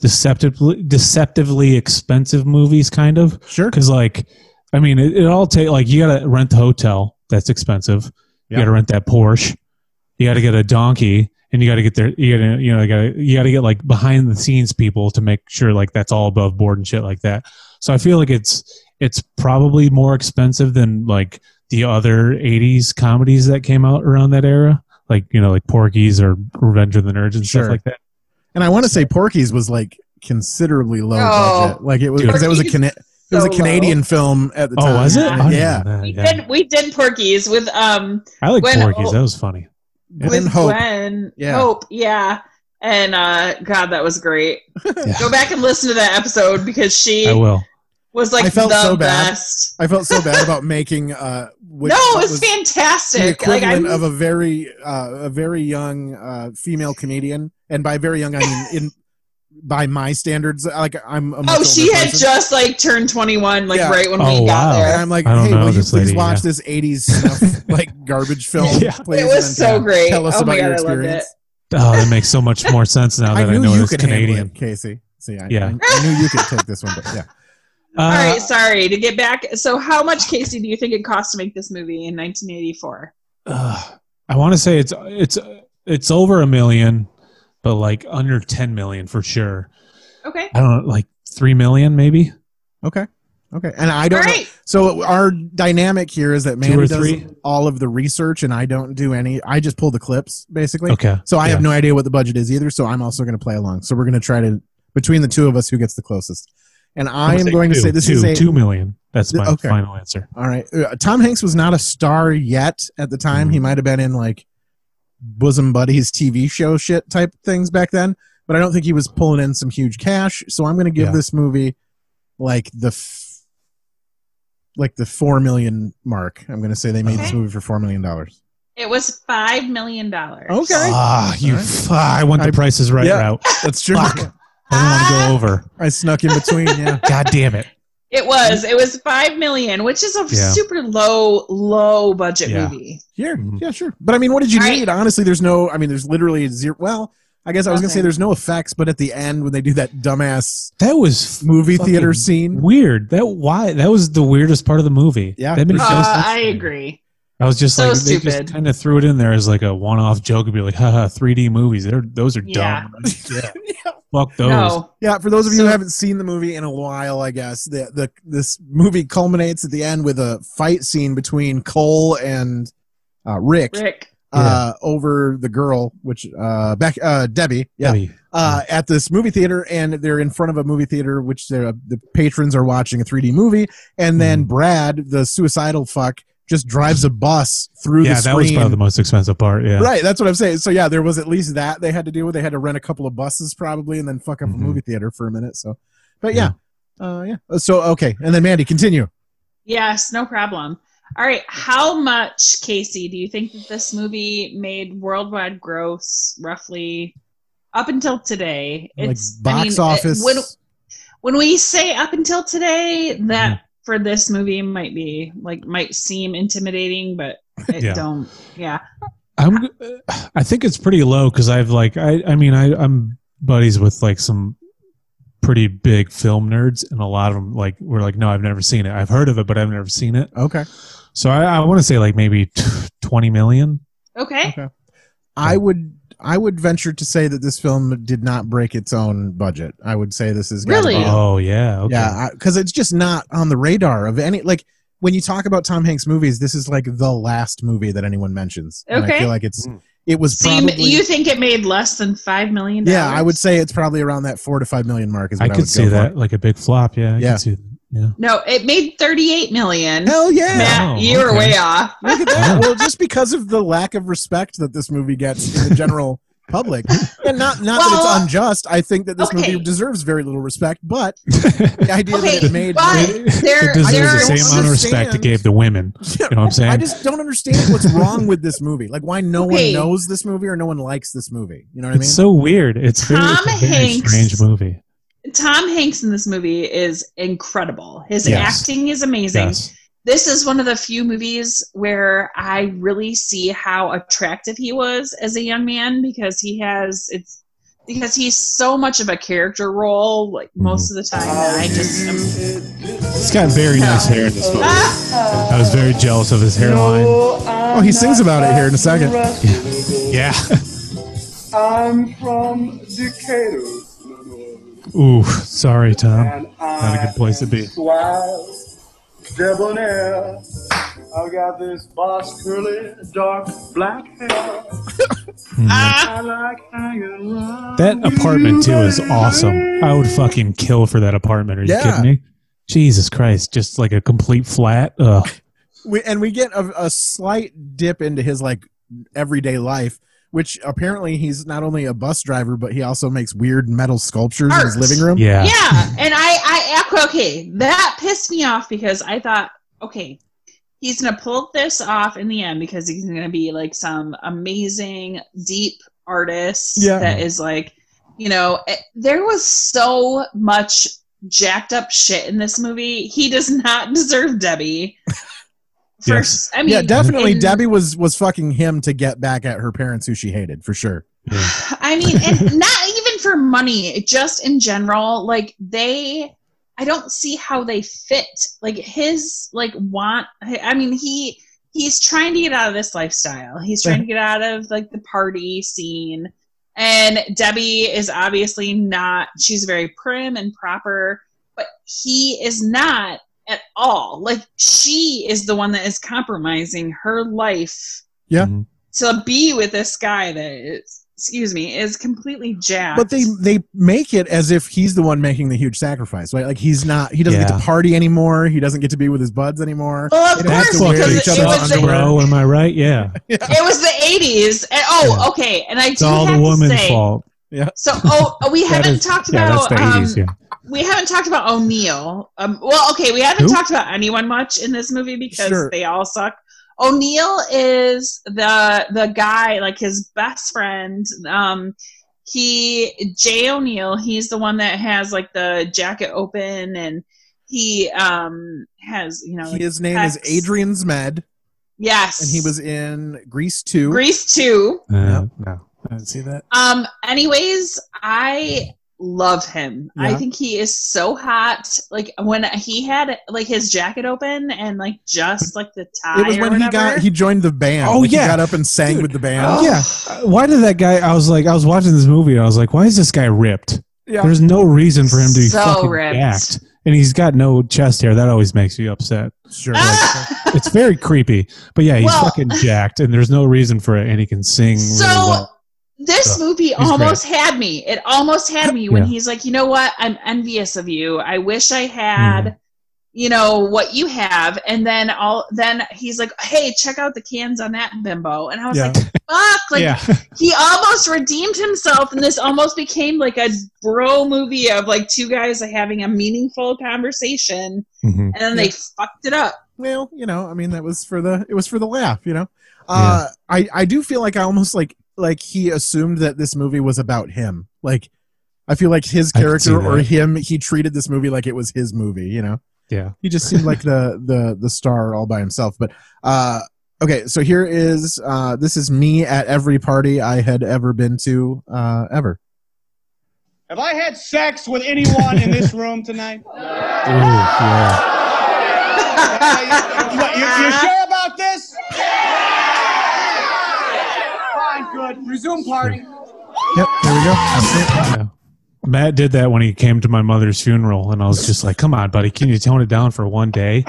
S3: deceptively deceptively expensive movies, kind of.
S1: Sure.
S3: Because like, I mean, it, it all take like you got to rent the hotel. That's expensive. You
S1: Yeah.
S3: got to rent that Porsche. You got to get a donkey, and you got to get there. You got to you know you got to you got to get like behind the scenes people to make sure like that's all above board and shit like that. So I feel like it's it's probably more expensive than like the other '80s comedies that came out around that era, like you know like Porky's or Revenge of the Nerds and
S1: Sure.
S3: stuff like that.
S1: And I want to say Porky's was like considerably low
S2: No.
S1: budget. Like it was
S3: Dude.
S1: because it was a
S2: Oh. Porky's
S1: Cana- it was a
S2: so low.
S1: Canadian film at the
S3: Oh,
S1: time.
S3: was it? I didn't
S1: Yeah.
S3: know that,
S2: We
S3: yeah.
S2: did. We did Porky's with um
S3: I like
S2: when-
S3: Porky's.
S2: oh.
S3: That was funny.
S1: And
S2: with
S1: Hope.
S2: Gwen
S1: Yeah.
S2: Hope. Yeah. And uh, God, that was great. Go back and listen to that episode because she
S3: I will.
S2: was like
S1: I felt
S2: the
S1: so bad.
S2: best.
S1: I felt so bad about making uh which
S2: no, it was,
S1: was the
S2: fantastic. Like I,
S1: equivalent of a very uh, a very young uh, female comedian, and by very young I mean in by my standards. Like I'm. A much
S2: oh, she
S1: older
S2: had
S1: person.
S2: just like turned twenty one, like
S1: Yeah.
S2: right when
S3: Oh,
S2: we got
S3: wow.
S2: there.
S1: And I'm like,
S3: I don't
S1: hey,
S3: know
S1: will you
S3: this
S1: please
S3: lady,
S1: watch
S3: yeah.
S1: this '80s
S3: (laughs)
S1: snuff, like garbage film?
S3: Yeah.
S1: please,
S2: It
S1: and
S2: was
S1: then
S2: so
S1: tell-
S2: great.
S1: Tell us
S2: Oh
S1: about
S2: my
S1: your
S2: God, I loved
S1: experience.
S3: Oh, that makes so much more sense now
S1: I
S3: that I,
S1: knew
S3: know
S1: you
S3: it's
S1: could handle
S3: Canadian.
S1: it, Casey. See, I,
S3: Yeah.
S1: I, I knew you could take this one. But yeah,
S3: Uh,
S2: All
S1: "Ah."
S2: right, sorry to get back. So, how much, Casey, do you think it cost to make this movie in 1984?
S3: uh, I want to say it's it's it's over a million, but like under ten million for sure.
S2: Okay.
S3: I don't know, like three million maybe.
S1: okay, okay. And I
S2: All
S1: don't. know-
S2: right.
S1: So our dynamic here is that
S3: or
S1: Mandy does
S3: three?
S1: all of the research, and I don't do any. I just pull the clips basically.
S3: Okay.
S1: So I have
S3: Yeah.
S1: no idea what the budget is either. So I'm also going to play along. So we're going to try to between the two of us who gets the closest. And I
S3: I'm
S1: am
S3: gonna
S1: going to
S3: two,
S1: say this
S3: two,
S1: is a
S3: two million. That's my
S1: Okay.
S3: final answer.
S1: all right. Uh, Tom Hanks was not a star yet at the time.
S3: Mm-hmm.
S1: He might have been in like bosom buddies TV show shit type things back then, but I don't think he was pulling in some huge cash. So I'm going to give
S3: Yeah.
S1: this movie like the f- like the four million mark. I'm going to say they made this
S2: Okay.
S1: movie for four million dollars.
S2: It was $5 million. Okay.
S1: Okay,
S3: Ah, you!
S1: All right.
S3: F- I went the
S1: I-
S3: Price is Right
S1: Yeah.
S3: route.
S1: that's true.
S3: Fuck. I don't want to go over.
S1: I snuck in between. Yeah.
S3: God damn it!
S2: It was. It was $5 million, which is a
S3: Yeah.
S2: super low, low budget
S3: Yeah.
S2: movie.
S1: Yeah,
S3: Mhm.
S1: yeah, sure. But I mean, what did you
S2: All right.
S1: need? Honestly, there's no. I mean, there's literally zero. Well, I guess I was gonna say
S2: Nothing.
S1: there's no effects, but at the end when they do that dumbass
S3: That
S1: (laughs)
S3: was
S1: movie
S3: Fucking
S1: theater scene,
S3: weird. That why that was the weirdest part of the movie.
S1: Yeah.
S3: that made no sense
S2: Uh, I
S3: to me.
S2: agree.
S3: I was just
S2: So
S3: like they
S2: stupid.
S3: just kind of threw it in there as like a one-off joke and be like, haha, 3D movies. They're those are
S2: Yeah.
S3: dumb. (laughs)
S2: (laughs)
S3: Yeah.
S1: Oh,
S3: Fuck those.
S2: No.
S1: yeah. For those of you who
S2: So-
S1: haven't seen the movie in a while, I guess the the this movie culminates at the end with a fight scene between Cole and uh, Rick,
S2: Rick.
S1: Uh, over the girl, which uh, Beck, uh, Debbie, yeah,
S3: Debbie.
S1: uh, at this movie theater, and they're in front of a movie theater, which they're- the patrons are watching a 3D movie, and then
S3: Mhm.
S1: Brad, the suicidal fuck, just drives a bus through
S3: yeah,
S1: the
S3: that was
S1: screen.
S3: probably the most expensive part. Yeah.
S1: Right, that's what I'm saying. So yeah, there was at least that they had to deal with. They had to rent a couple of buses probably, and then fuck up
S3: Mhm.
S1: a movie theater for a minute. So, but yeah, uh, yeah. So okay, and then Mandy, continue.
S2: Yes, no problem. All right. How much, Casey, do you think that this movie made worldwide gross roughly up until today?
S1: like
S2: I
S1: box
S2: mean, it-
S1: office.
S2: when, when we say up until today, that
S1: Mm-hmm.
S2: for this movie might be like might seem
S1: (laughs)
S2: intimidating, but it
S3: Yeah.
S2: don't. Yeah.
S3: I'm I think it's pretty low cuz I've like I I mean I I'm buddies with like some pretty big film nerds and a lot of them like were like no I've never seen it. I've heard of it but I've never seen it.
S1: okay,
S3: So I, I want to say like maybe t- 20 million.
S2: Okay.
S1: I would I would venture to say that this film did not break its own budget. I would say this is gotta
S3: Really?
S1: be-
S3: Oh, yeah, okay.
S1: yeah, because it's just not on the radar of any like when you talk about Tom Hanks movies, this is like the last movie that anyone mentions. And I
S2: Okay.
S1: feel like it's
S3: Hmm.
S1: it was
S2: So you,
S1: probably
S2: you think it made less than five million?
S1: yeah, I would say it's probably around that four to five million mark. Is
S3: I
S1: what I,
S3: could
S1: would
S3: see
S1: go for.
S3: that like a big flop. Yeah. I yeah. Could see that.
S2: No, it made thirty-eight million.
S1: Hell yeah!
S2: Matt,
S1: Wow,
S2: you were
S1: okay.
S2: way off.
S1: Look at
S3: (laughs)
S1: that. well, just because of the lack of respect that this movie gets in the
S3: (laughs)
S1: general public, and not not that
S2: Well-
S1: it's unjust. I think that this
S2: Okay.
S1: movie deserves very little respect, but (laughs) the idea that
S2: Okay,
S1: it made
S2: but there-
S3: It deserves
S2: there
S3: the
S2: are-
S3: same amount of respect it gave the women. You know what I'm saying?
S1: I just don't understand
S3: (laughs)
S1: what's wrong with this movie. Like, why no
S2: Okay.
S1: one knows this movie or no one likes this movie. You know what I mean?
S3: it's so weird. It's very,
S2: Tom
S3: it's a very
S2: Hanks.
S3: strange movie.
S2: Tom Hanks in this movie is incredible. His
S3: Yes.
S2: acting is amazing.
S3: Yes.
S2: This is one of the few movies where I really see how attractive he was as a young man because he has it's because he's so much of a character role like
S3: Mm-hmm.
S2: most of the time. that I just am-
S3: He's got very nice hair in this movie. I was very jealous of his hairline.
S1: Oh, he sings about it here in a second.
S3: Yeah.
S11: I'm from Decatur.
S3: (laughs) Ooh, sorry, Tom. Not a good place to be.
S11: Wild, debonair. I've got this boss curly, dark black hair.
S9: Ah.
S11: I like hanging around.
S3: Hmm. That apartment too is awesome. I would fucking kill for that apartment. Are you
S1: Yeah.
S3: kidding me? Jesus Christ! Just like a complete flat. Ugh.
S1: We, and we get a, a slight dip into his like everyday life, which apparently he's not only a bus driver, but he also makes weird metal sculptures in his
S2: Art.
S1: living room.
S3: Yeah.
S2: Yeah, and I, I okay, that pissed me off because I thought, okay, he's gonna pull this off in the end because he's gonna be like some amazing deep artist
S12: Yeah.
S2: that is like, you know, eh, there was so much jacked up shit in this movie. He does not (laughs) deserve Debbie. First, I mean,
S1: yeah, definitely.
S2: and-
S1: Debbie was was fucking him to get back at her parents, who she hated for sure.
S2: (sighs) I mean, and not even for money, just in general, like they I don't see how they fit. Like his like want I I mean, he he's trying to get out of this lifestyle. He's trying to get out of like the party scene. And Debbie is obviously not she's very prim and proper, but he is not at all. Like she is the one that is compromising her life
S1: Yeah.
S3: Hmm.
S2: to be with this guy that is, excuse me is completely jacked.
S1: But they they make it as if he's the one making the huge sacrifice, right? Like he's not. He doesn't get
S3: Yeah.
S1: to party anymore. He doesn't get to be with his buds anymore.
S2: Well, of
S1: They don't have
S2: course,
S1: to wear
S2: because
S1: each
S2: it- it
S1: other's
S2: was the-
S1: underwear.
S3: Bro, am I right? Yeah.
S2: (laughs) it was the eighties. And, oh, okay. And I
S3: It's
S2: do
S3: all
S2: have
S3: the
S2: to
S3: woman's
S2: say,
S3: fault.
S1: Yeah.
S2: So oh, we
S3: (laughs) That
S2: haven't
S3: is-
S2: talked
S3: yeah,
S2: about
S3: that's the
S2: um,
S3: 80s, yeah.
S2: we haven't talked about O'Neill. Um, well, okay, we haven't
S3: Who?
S2: talked about anyone much in this movie because
S1: Sure.
S2: they all suck. O'Neill is the the guy, like his best friend. Um, he Jay O'Neill. He's the one that has like the jacket open, and he um has you know like,
S1: His name is
S2: pecs.
S1: Adrian Zmed,
S2: Yes,
S1: and he was in Grease Two.
S2: Grease Two.
S3: Uh, no, I didn't see that.
S2: Um. Anyways, I love him. I
S3: Yeah.
S2: think he is so hot. Like when he had like his jacket open and like just like the tie.
S1: It was
S2: or
S1: when he
S2: whatever.
S1: got he joined the band.
S3: Oh,
S1: Like,
S3: yeah.
S1: he got up and sang with the
S2: Oh,
S1: band.
S2: (laughs)
S3: Yeah. Uh, Why did that guy? I was like, I was watching this movie. and I was like, why is this guy ripped?
S1: Yeah.
S3: There's no reason for him to be
S2: So
S3: fucking
S2: ripped.
S3: jacked. and he's got no chest hair. That always makes you upset.
S1: Sure.
S2: (laughs) Ah,
S3: it's very creepy. But yeah, he's
S2: Well-
S3: fucking jacked, and there's no reason for it. And he can sing. really
S2: So
S3: well.
S2: this
S3: So,
S2: movie
S3: he's
S2: almost had me. It almost had me when
S3: Yeah.
S2: he's like, you know what? I'm envious of you. I wish I had,
S3: Mm-hmm.
S2: you know, what you have. And then all then he's like, hey, check out the cans on that bimbo. And I was
S3: Yeah.
S2: like,
S3: (laughs)
S2: fuck, like
S3: yeah.
S2: he almost redeemed himself, and this almost became like a bro movie of like two guys having a meaningful conversation,
S3: Mm-hmm.
S2: and then they fucked it up.
S1: Well, you know, I mean, that was for the it was for the laugh, you know. Uh, I I do feel like I almost like like he assumed that this movie was about him. Like, I feel like his
S3: I could see
S1: character or
S3: that.
S1: him, he treated this movie like it was his movie. You know,
S3: Yeah.
S1: he just seemed like the the the star all by himself. But uh, okay, so here is uh, this is me at every party I had ever been to uh, ever.
S13: Have I
S7: (laughs)
S13: had sex with anyone in this room tonight?
S3: Ooh, yeah.
S13: you, you- you sure about this? Fine, good. Resume party.
S1: Yep, there we go.
S3: Yeah. Matt did that when he came to my mother's funeral, and I was just like, "Come on, buddy, can you tone it down for one day?"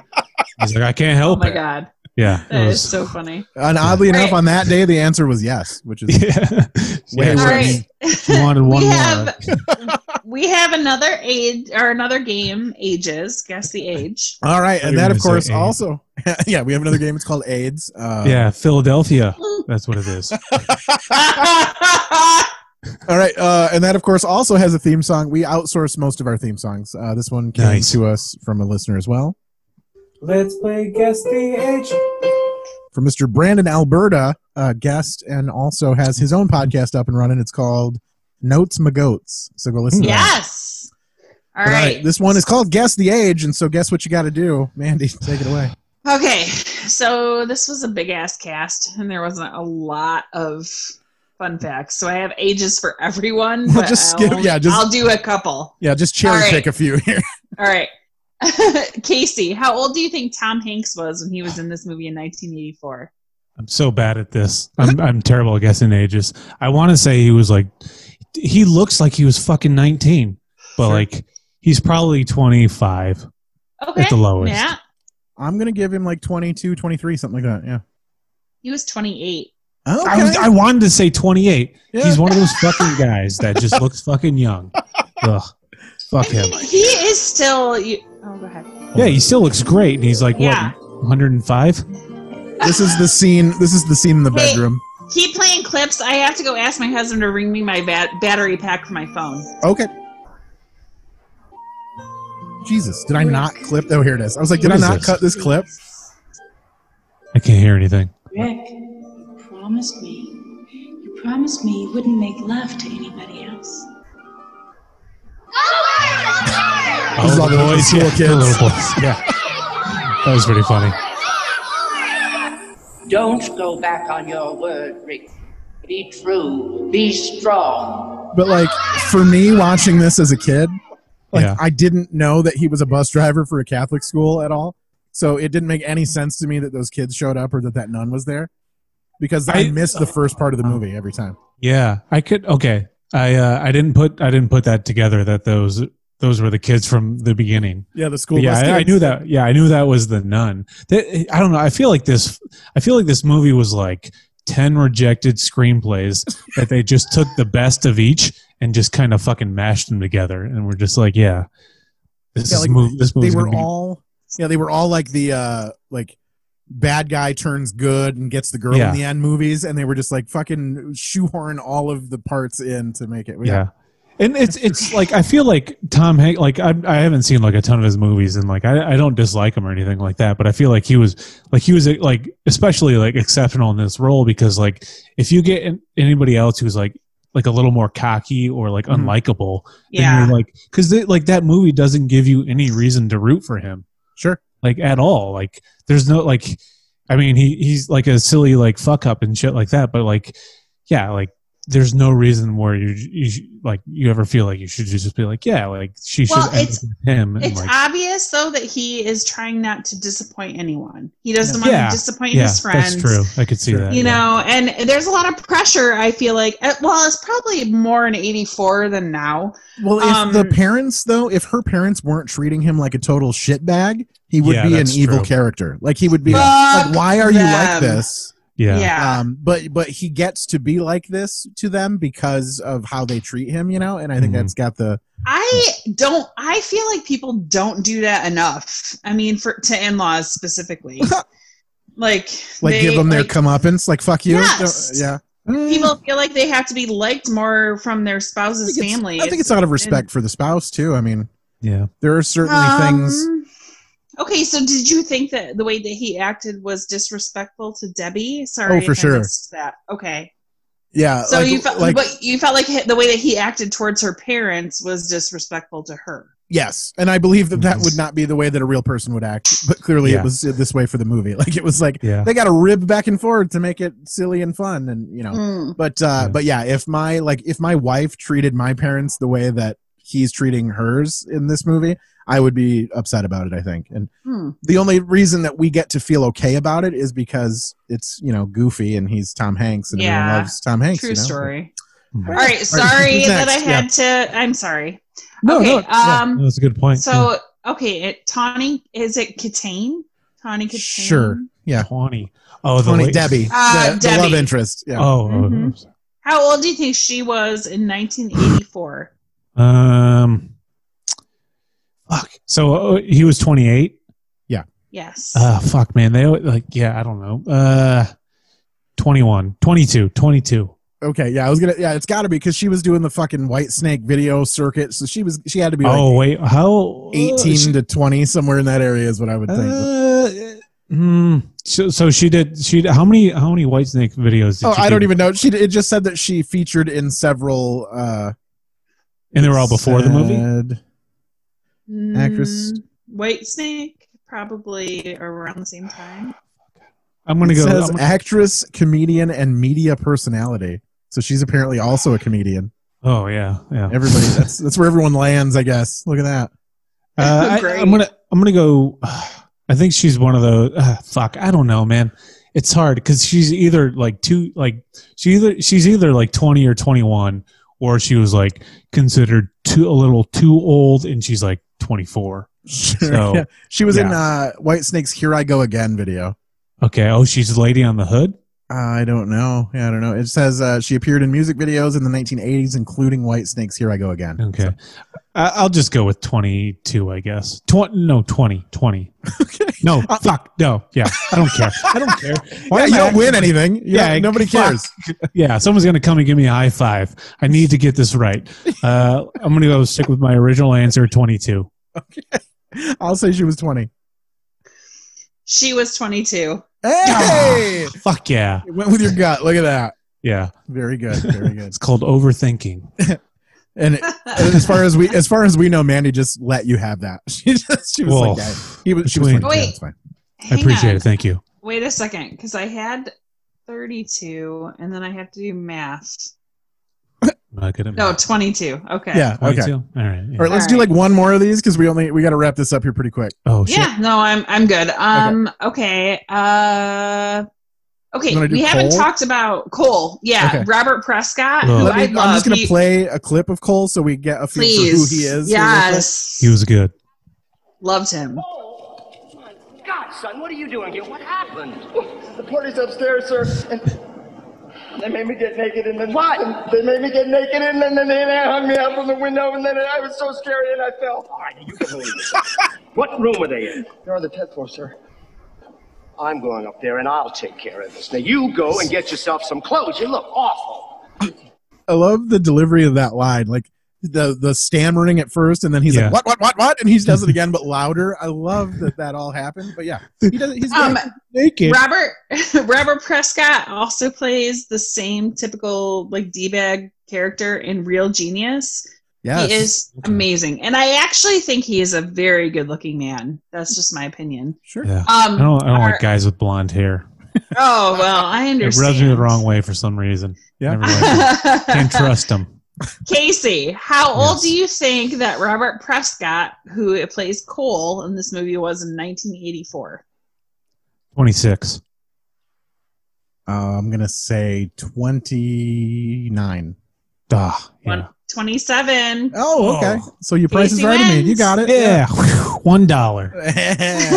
S3: He's like, "I can't
S2: Oh
S3: help
S2: my
S3: it."
S2: god.
S3: Yeah,
S2: That
S3: it
S2: is
S3: was-
S2: so funny.
S1: And oddly
S2: All
S1: enough,
S2: right.
S1: on that day, the answer was yes, which
S3: (laughs)
S1: is way
S3: (laughs) Yeah,
S1: worse.
S2: All right.
S3: she wanted one
S2: we
S3: more.
S2: have we have another age or another game, ages. Guess the
S3: (laughs)
S2: age. (laughs)
S1: All right, and
S3: I thought you
S1: that
S3: were
S1: of
S3: gonna
S1: course
S3: say AIDS.
S1: also, (laughs) yeah, we have another game. It's called AIDS. Uh,
S3: yeah, Philadelphia. That's what it is.
S1: All right, uh, and that of course also has a theme song. We outsource most of our theme songs. Uh, this one came
S3: Nice.
S1: to us from a listener as well,
S11: Let's play Guess the Age.
S1: from Mr. Brandon Alberta, uh, guest, and also has his own podcast up and running. It's called Notes McGoats. So go listen. to that. uh,
S2: Yes. All right.
S1: This one is called Guess the Age, and so guess what you got to do, Mandy. (laughs) Take it away.
S2: Okay. So this was a big ass cast, and there wasn't a lot of fun facts. So I have ages for everyone. (laughs)
S1: Well,
S2: but
S1: just
S2: I'll,
S1: skip- yeah, just-
S2: I'll do a couple.
S1: Yeah, just cherry
S2: All right.
S1: pick a few here. (laughs)
S2: All right. (laughs) Casey, how old do you think Tom Hanks was when he was in this movie in 1984?
S3: I'm so bad at this. I'm I'm terrible at guessing ages. I want to say he was like, he looks like he was fucking 19, but like he's probably 25.
S2: Okay.
S3: At the lowest.
S2: Yeah.
S1: I'm gonna give him like 22, 23, something like that. Yeah.
S2: He was 28.
S1: Okay.
S3: I, was- I wanted to say 28.
S1: Yeah.
S3: He's one of those fucking guys that just looks fucking young. Ugh.
S2: (laughs)
S3: Fuck him.
S2: He is still. You, oh, go ahead.
S3: Yeah, he still looks great, and he's like
S2: Yeah.
S3: what, 105?
S1: this is the scene. This is the scene in the
S2: Wait.
S1: bedroom.
S2: Keep playing clips. I have to go ask my husband to ring me my bat- battery pack for my phone.
S1: Okay. Jesus, did I not clip? Oh, here it is. I was like, did
S3: What
S1: I
S3: is
S1: not
S3: this?
S1: cut this clip?
S3: I can't hear anything.
S12: Rick, you promised me. You promised me you wouldn't make love to anybody else.
S3: Oh,
S1: This is all the little
S3: boys,
S1: school
S3: (laughs) yeah,
S1: kids.
S3: the little boys, yeah. That was pretty funny.
S12: Don't go back on your word, Rick. Be true. Be strong.
S1: But like for me, watching this as a kid, like
S3: Yeah.
S1: I didn't know that he was a bus driver for a Catholic school at all. So it didn't make any sense to me that those kids showed up or that that nun was there, because I, missed the first part of the movie every time.
S3: Yeah, I could. Okay, I uh, I didn't put I didn't put that together that those those were the kids from the beginning.
S1: Yeah, the school
S3: But yeah,
S1: bus
S3: I, I
S1: kids.
S3: knew that. Yeah, I knew that was the nun. That, I don't know. I feel like this. I feel like this movie was like ten rejected
S1: (laughs)
S3: screenplays that they just took the best of each and just kind of fucking mashed them together, and we're just like, yeah, this
S1: Yeah,
S3: is
S1: like,
S3: mov- this
S1: they
S3: movie's
S1: were
S3: gonna be-
S1: all yeah they were all like the uh like bad guy turns good and gets the girl
S3: Yeah.
S1: in the end movies and they were just like fucking shoehorn all of the parts in to make it
S3: yeah. And it's it's like I feel like Tom Hanks like I I haven't seen like a ton of his movies and like I, I don't dislike him or anything like that but I feel like he was like he was like especially like exceptional in this role because like if you get an- anybody else who's like like a little more cocky or like
S1: Mhm.
S3: unlikable
S2: Yeah.
S3: then you're like cuz like that movie doesn't give you any reason to root for him
S1: sure
S3: like at all like there's no like I mean he he's like a silly like fuck up and shit like that but like yeah, like there's no reason where you, you sh- like you ever feel like you should just be like, yeah, like she
S2: Well,
S3: should end
S2: it's-
S3: with him. And
S2: It's
S3: like,
S2: obvious though that he is trying not to disappoint anyone. He doesn't want to disappoint
S3: yeah,
S2: his friends.
S3: That's true. I could see that.
S2: You
S3: yeah.
S2: know, and there's a lot of pressure. I feel like, Uh, well, it's probably more in '84 than now.
S1: well if
S2: Um,
S1: the parents though if her parents weren't treating him like a total shitbag he would
S3: Yeah,
S1: be an
S3: that's
S1: evil
S3: true.
S1: character like he would be
S2: Fuck
S1: like why are you like
S2: them.
S1: this
S3: Yeah.
S2: Yeah.
S1: um but but he gets to be like this to them because of how they treat him you know and i
S3: Mm-hmm.
S1: think that's got the
S2: I don't. I feel like people don't do that enough. I mean, for to in-laws
S1: (laughs)
S2: specifically, like
S1: like
S2: they-
S1: give them their
S2: like,
S1: comeuppance like fuck you
S2: Yes.
S1: yeah Mm,
S2: people feel like they have to be liked more from their spouse's
S1: think it's-
S2: family.
S1: I think it's out of respect for the spouse too. I mean,
S3: yeah,
S1: there are certainly things.
S2: Um, Okay, so did you think that the way that he acted was disrespectful to Debbie? Sorry,
S1: Oh, for
S2: if I
S1: sure.
S2: missed that. Okay,
S1: Yeah,
S2: so
S1: like,
S2: you felt,
S1: like
S2: but you felt like he- the way that he acted towards her parents was disrespectful to her.
S1: yes, and I believe that that would not be the way that a real person would act. But clearly,
S3: Yeah.
S1: it was this way for the movie. (laughs) Like it was like
S3: Yeah.
S1: they got to rib back and forth to make it silly and fun, and you know.
S2: Mm.
S1: But uh, but yeah, if my like if my wife treated my parents the way that he's treating hers in this movie, I would be upset about it. I think, and
S2: Hmm.
S1: the only reason that we get to feel okay about it is because it's you know goofy and he's Tom Hanks and
S2: Yeah.
S1: everyone loves Tom Hanks.
S2: True
S1: you know?
S2: story.
S1: Mhm.
S2: All right, sorry
S1: who's
S2: that I
S1: next?
S2: had to. I'm sorry.
S3: No,
S2: okay,
S3: no, yeah, Mm,
S2: um,
S3: that's a good point.
S2: So okay, it, Tawny is it Katane? Tawny Katane.
S1: Sure. Yeah.
S3: Tawny. Oh, the
S1: Tawny
S3: late-
S1: Debbie,
S2: Uh,
S1: the, the
S2: Debbie.
S1: love interest. Yeah.
S3: (laughs) Oh,
S2: Mhm. How old do you think she was in 1984?
S3: um, fuck. So uh, he was 28.
S1: Yeah.
S2: Yes.
S3: Uh, fuck, man. They like, yeah, I don't know. Uh, 21, 22, 22.
S1: Okay. Yeah. I was gonna. Yeah. It's got to be because she was doing the fucking White Snake video circuit, so she was. She had to be. Like
S3: oh, wait. How?
S1: Eighteen to twenty, somewhere in that area is what I would think.
S3: Hmm. So, so she did. She did, how many how many White Snake videos? Did
S1: oh,
S3: she
S1: I
S3: do?
S1: don't even know. She it just said that she featured in several. uh
S3: And they were all before the movie?
S1: said- Actress.
S2: Mm, White Snake, probably around the same time.
S3: I'm gonna
S1: It
S3: go-
S1: Says
S3: I'm gonna-
S1: actress, comedian, and media personality. So she's apparently also a comedian.
S3: Oh yeah, yeah.
S1: (laughs) Everybody, that's that's where everyone lands, I guess. Look at that. (laughs)
S3: Uh, I, I'm gonna I'm gonna go. (sighs) I think she's one of those. Uh, fuck, I don't know, man. It's hard because she's either like two, like she either she's either like 20 or 21, or she was like considered too a little too old, and she's like
S1: (laughs)
S3: 24. So,
S1: Yeah. She was in
S3: yeah.
S1: uh, White Snake's "Here I Go Again" video.
S3: okay. Oh, she's lady on the hood.
S1: I don't know. Yeah, I don't know. It says uh, she appeared in music videos in the 1980s, including White Snake's "Here I Go Again."
S3: Okay. I, I'll just go with 22, I guess. 20, no, 20,
S1: (laughs)
S3: 20. No, fuck, no. Yeah, I don't care. I don't care.
S1: Uh, Yeah,
S3: am
S1: you
S3: I
S1: don't win
S3: acting-
S1: anything. You don't- nobody cares.
S3: fuck. Yeah, someone's gonna come and give me a high five. I need to get this
S1: (laughs)
S3: right. Uh, I'm gonna go stick with my original answer, 22.
S1: (laughs) I'll say she was 20.
S2: She was (laughs) 22.
S1: Hey!
S3: Fuck yeah,
S1: (laughs) It went with your gut. Look at that.
S3: yeah.
S1: Very good. Very good.
S3: (laughs) It's called overthinking.
S1: And, and as far as we as far as we know, Mandy just let you have that. (laughs) She just she was
S3: Well,
S1: like, yeah, he was, she was
S3: between-
S1: like, yeah,
S2: Wait.
S1: it's fine.
S3: I appreciate
S2: on.
S3: it. Thank you.
S2: Wait a second, because I had 32, and then I have to do math.
S3: I'm not good at
S2: No,
S3: math.
S2: 22. Okay.
S1: Yeah. Okay.
S3: 22? All right.
S1: All right. Let's do like one more of these because we only we got to wrap this up here pretty quick.
S3: Oh
S2: yeah. No, I'm I'm good. Um. Okay. Uh. Okay.
S1: You wanna do
S2: We haven't
S1: Cole?
S2: talked about Cole. Yeah.
S1: Okay. Oh.
S2: Robert Prescott.
S3: Oh.
S2: Who
S1: Let me,
S2: I
S1: I'm
S2: love.
S1: just gonna
S2: He-
S1: play a clip of Cole so we get a feel
S2: Please.
S1: for who he is.
S2: Yes.
S3: He was good.
S2: Loved him.
S1: Oh,
S13: God, son, what are you doing here? What happened? The party's upstairs, sir, and they made me get naked, and then what? they made me get naked, and then, then they hung me out from the window, and then I was so scared, and I fell. All right, you can believe this.
S6: What room are they in?
S13: You're on the tenth floor, sir.
S6: I'm going up there and I'll take care of this. Now you go and get yourself some clothes. You look awful.
S1: I love the delivery of that line, like the the stammering at first, and then he's
S3: Yeah.
S1: like, "What? What? What? What?" And he does it again, but louder. I love that that all happened. But yeah, he does. He's
S2: Um,
S1: naked. naked.
S2: Robert Robert (laughs) Prescott also plays the same typical like d bag character in Real Genius.
S1: Yes.
S2: He is amazing, and I actually think he is a very good looking man. That's just my opinion.
S1: Sure.
S3: Yeah.
S2: Um,
S3: I don't. I don't
S2: our-
S3: like guys with blonde hair.
S2: Oh well, I
S3: It rubs me
S2: understand.
S3: the wrong way for some reason.
S1: Yeah.
S3: Never
S2: (laughs)
S3: liked him. Can't trust him.
S2: Casey, how old do you think that Robert Prescott, who plays Cole in this movie, was in 1984?
S3: 26.
S1: (laughs) Uh, I'm gonna say twenty nine.
S3: Duh.
S2: One- 27.
S1: Oh, okay. So your price is
S2: Casey
S1: right to me. You
S2: wins.
S1: got it.
S3: Yeah. One dollar.
S1: (laughs) Yeah, look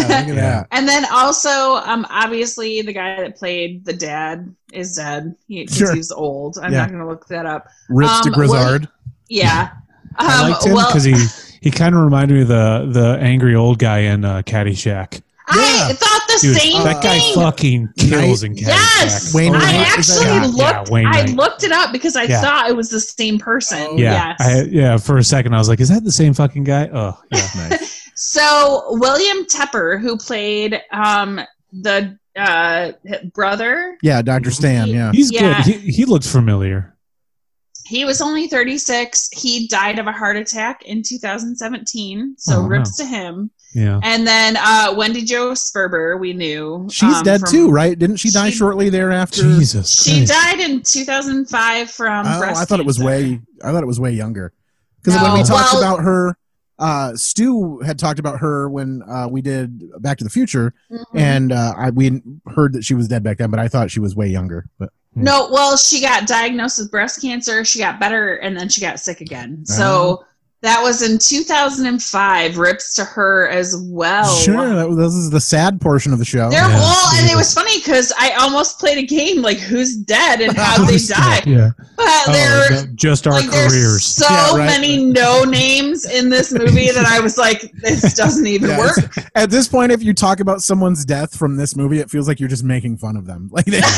S1: at that.
S2: And then also, um, obviously the guy that played the dad is dead. He, 'cause
S1: Sure.
S2: he's old. I'm
S1: Yeah.
S2: not gonna look that up.
S1: Rips to
S2: well,
S1: Grizzard.
S2: yeah. Um,
S3: I liked him
S2: well,
S3: because he he kind of reminded me of the the angry old guy in uh, Caddyshack.
S2: I thought the
S3: Dude,
S2: same
S3: that guy
S2: thing.
S3: fucking kills in Caddyshack.
S2: Yes,
S3: Wayne
S2: I
S3: Knight, is that-
S2: actually
S3: yeah,
S2: looked.
S3: Yeah, Wayne
S2: I
S3: Knight.
S2: looked it up because I
S3: Yeah.
S2: thought it was the same person.
S3: Oh, yeah,
S2: Yes.
S3: I, yeah. For a second, I was like, "Is that the same fucking guy?" Oh, yeah.
S2: (laughs) So William Tepper, who played um, the uh, brother,
S1: Yeah, Doctor Stan. Yeah,
S3: He's
S2: Yeah.
S3: good. He, he looked familiar.
S2: he was only 36. He died of a heart attack in 2017. So
S3: Oh, wow.
S2: rips to him.
S3: Yeah.
S2: And then uh, Wendy Jo Sperber, we knew
S1: she's
S2: um,
S1: dead
S2: from-
S1: too, right? Didn't she die shortly thereafter?
S3: Jesus.
S2: She
S1: Christ.
S3: (laughs)
S2: died in 2005 from
S1: Oh,
S2: breast
S1: I thought it was
S2: cancer.
S1: way. I thought it was way younger. Because when we
S2: No,
S1: talked
S2: well-
S1: about her, uh, Stu had talked about her when uh, we did Back to the Future,
S2: Mhm.
S1: and uh, I, we heard that she was dead back then, but I thought she was way younger. But
S2: No, well, she got diagnosed with breast cancer. She got better, and then she got sick again.
S1: Oh.
S2: So that was in 2005. Rips to her as well.
S1: sure, that, this is the sad portion of the show.
S2: Oh. They're all, and it was funny because I almost played a game like who's
S1: (laughs)
S2: dead and how they
S1: Who's Oh,
S2: die.
S3: Yeah. Oh,
S2: But there were
S3: just our careers.
S2: so many no names
S1: (laughs)
S2: in this movie that I was like, this doesn't even
S1: Yeah,
S2: work.
S1: it's- At this point, if you talk about someone's death from this movie, it feels like you're just making fun of them. (laughs) Like, they,
S2: (laughs)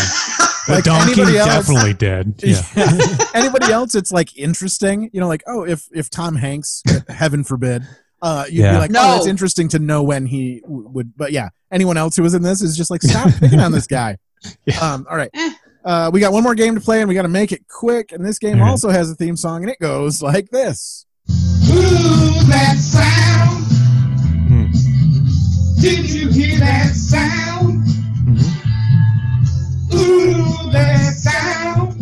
S3: The
S1: like
S3: donkey
S1: anybody else,
S3: definitely dead.
S1: (laughs)
S3: Yeah.
S1: anybody else, it's like interesting. You know, like oh, if if Tom Hanks, (laughs) heaven forbid, uh, you'd be
S3: Yeah.
S1: like,
S2: No.
S1: oh, it's interesting to know when he w- would. But yeah, anyone else who was in this is just like, stop picking on this guy. Um, all right.
S2: Eh.
S1: Uh, we got one more game to play, and we got to make it quick. And this game
S3: All right.
S1: also has a theme song, and it goes like this.
S14: Ooh, that sound.
S3: Mm-hmm.
S14: Did you hear that sound?
S3: Mm-hmm.
S14: Ooh, that sound.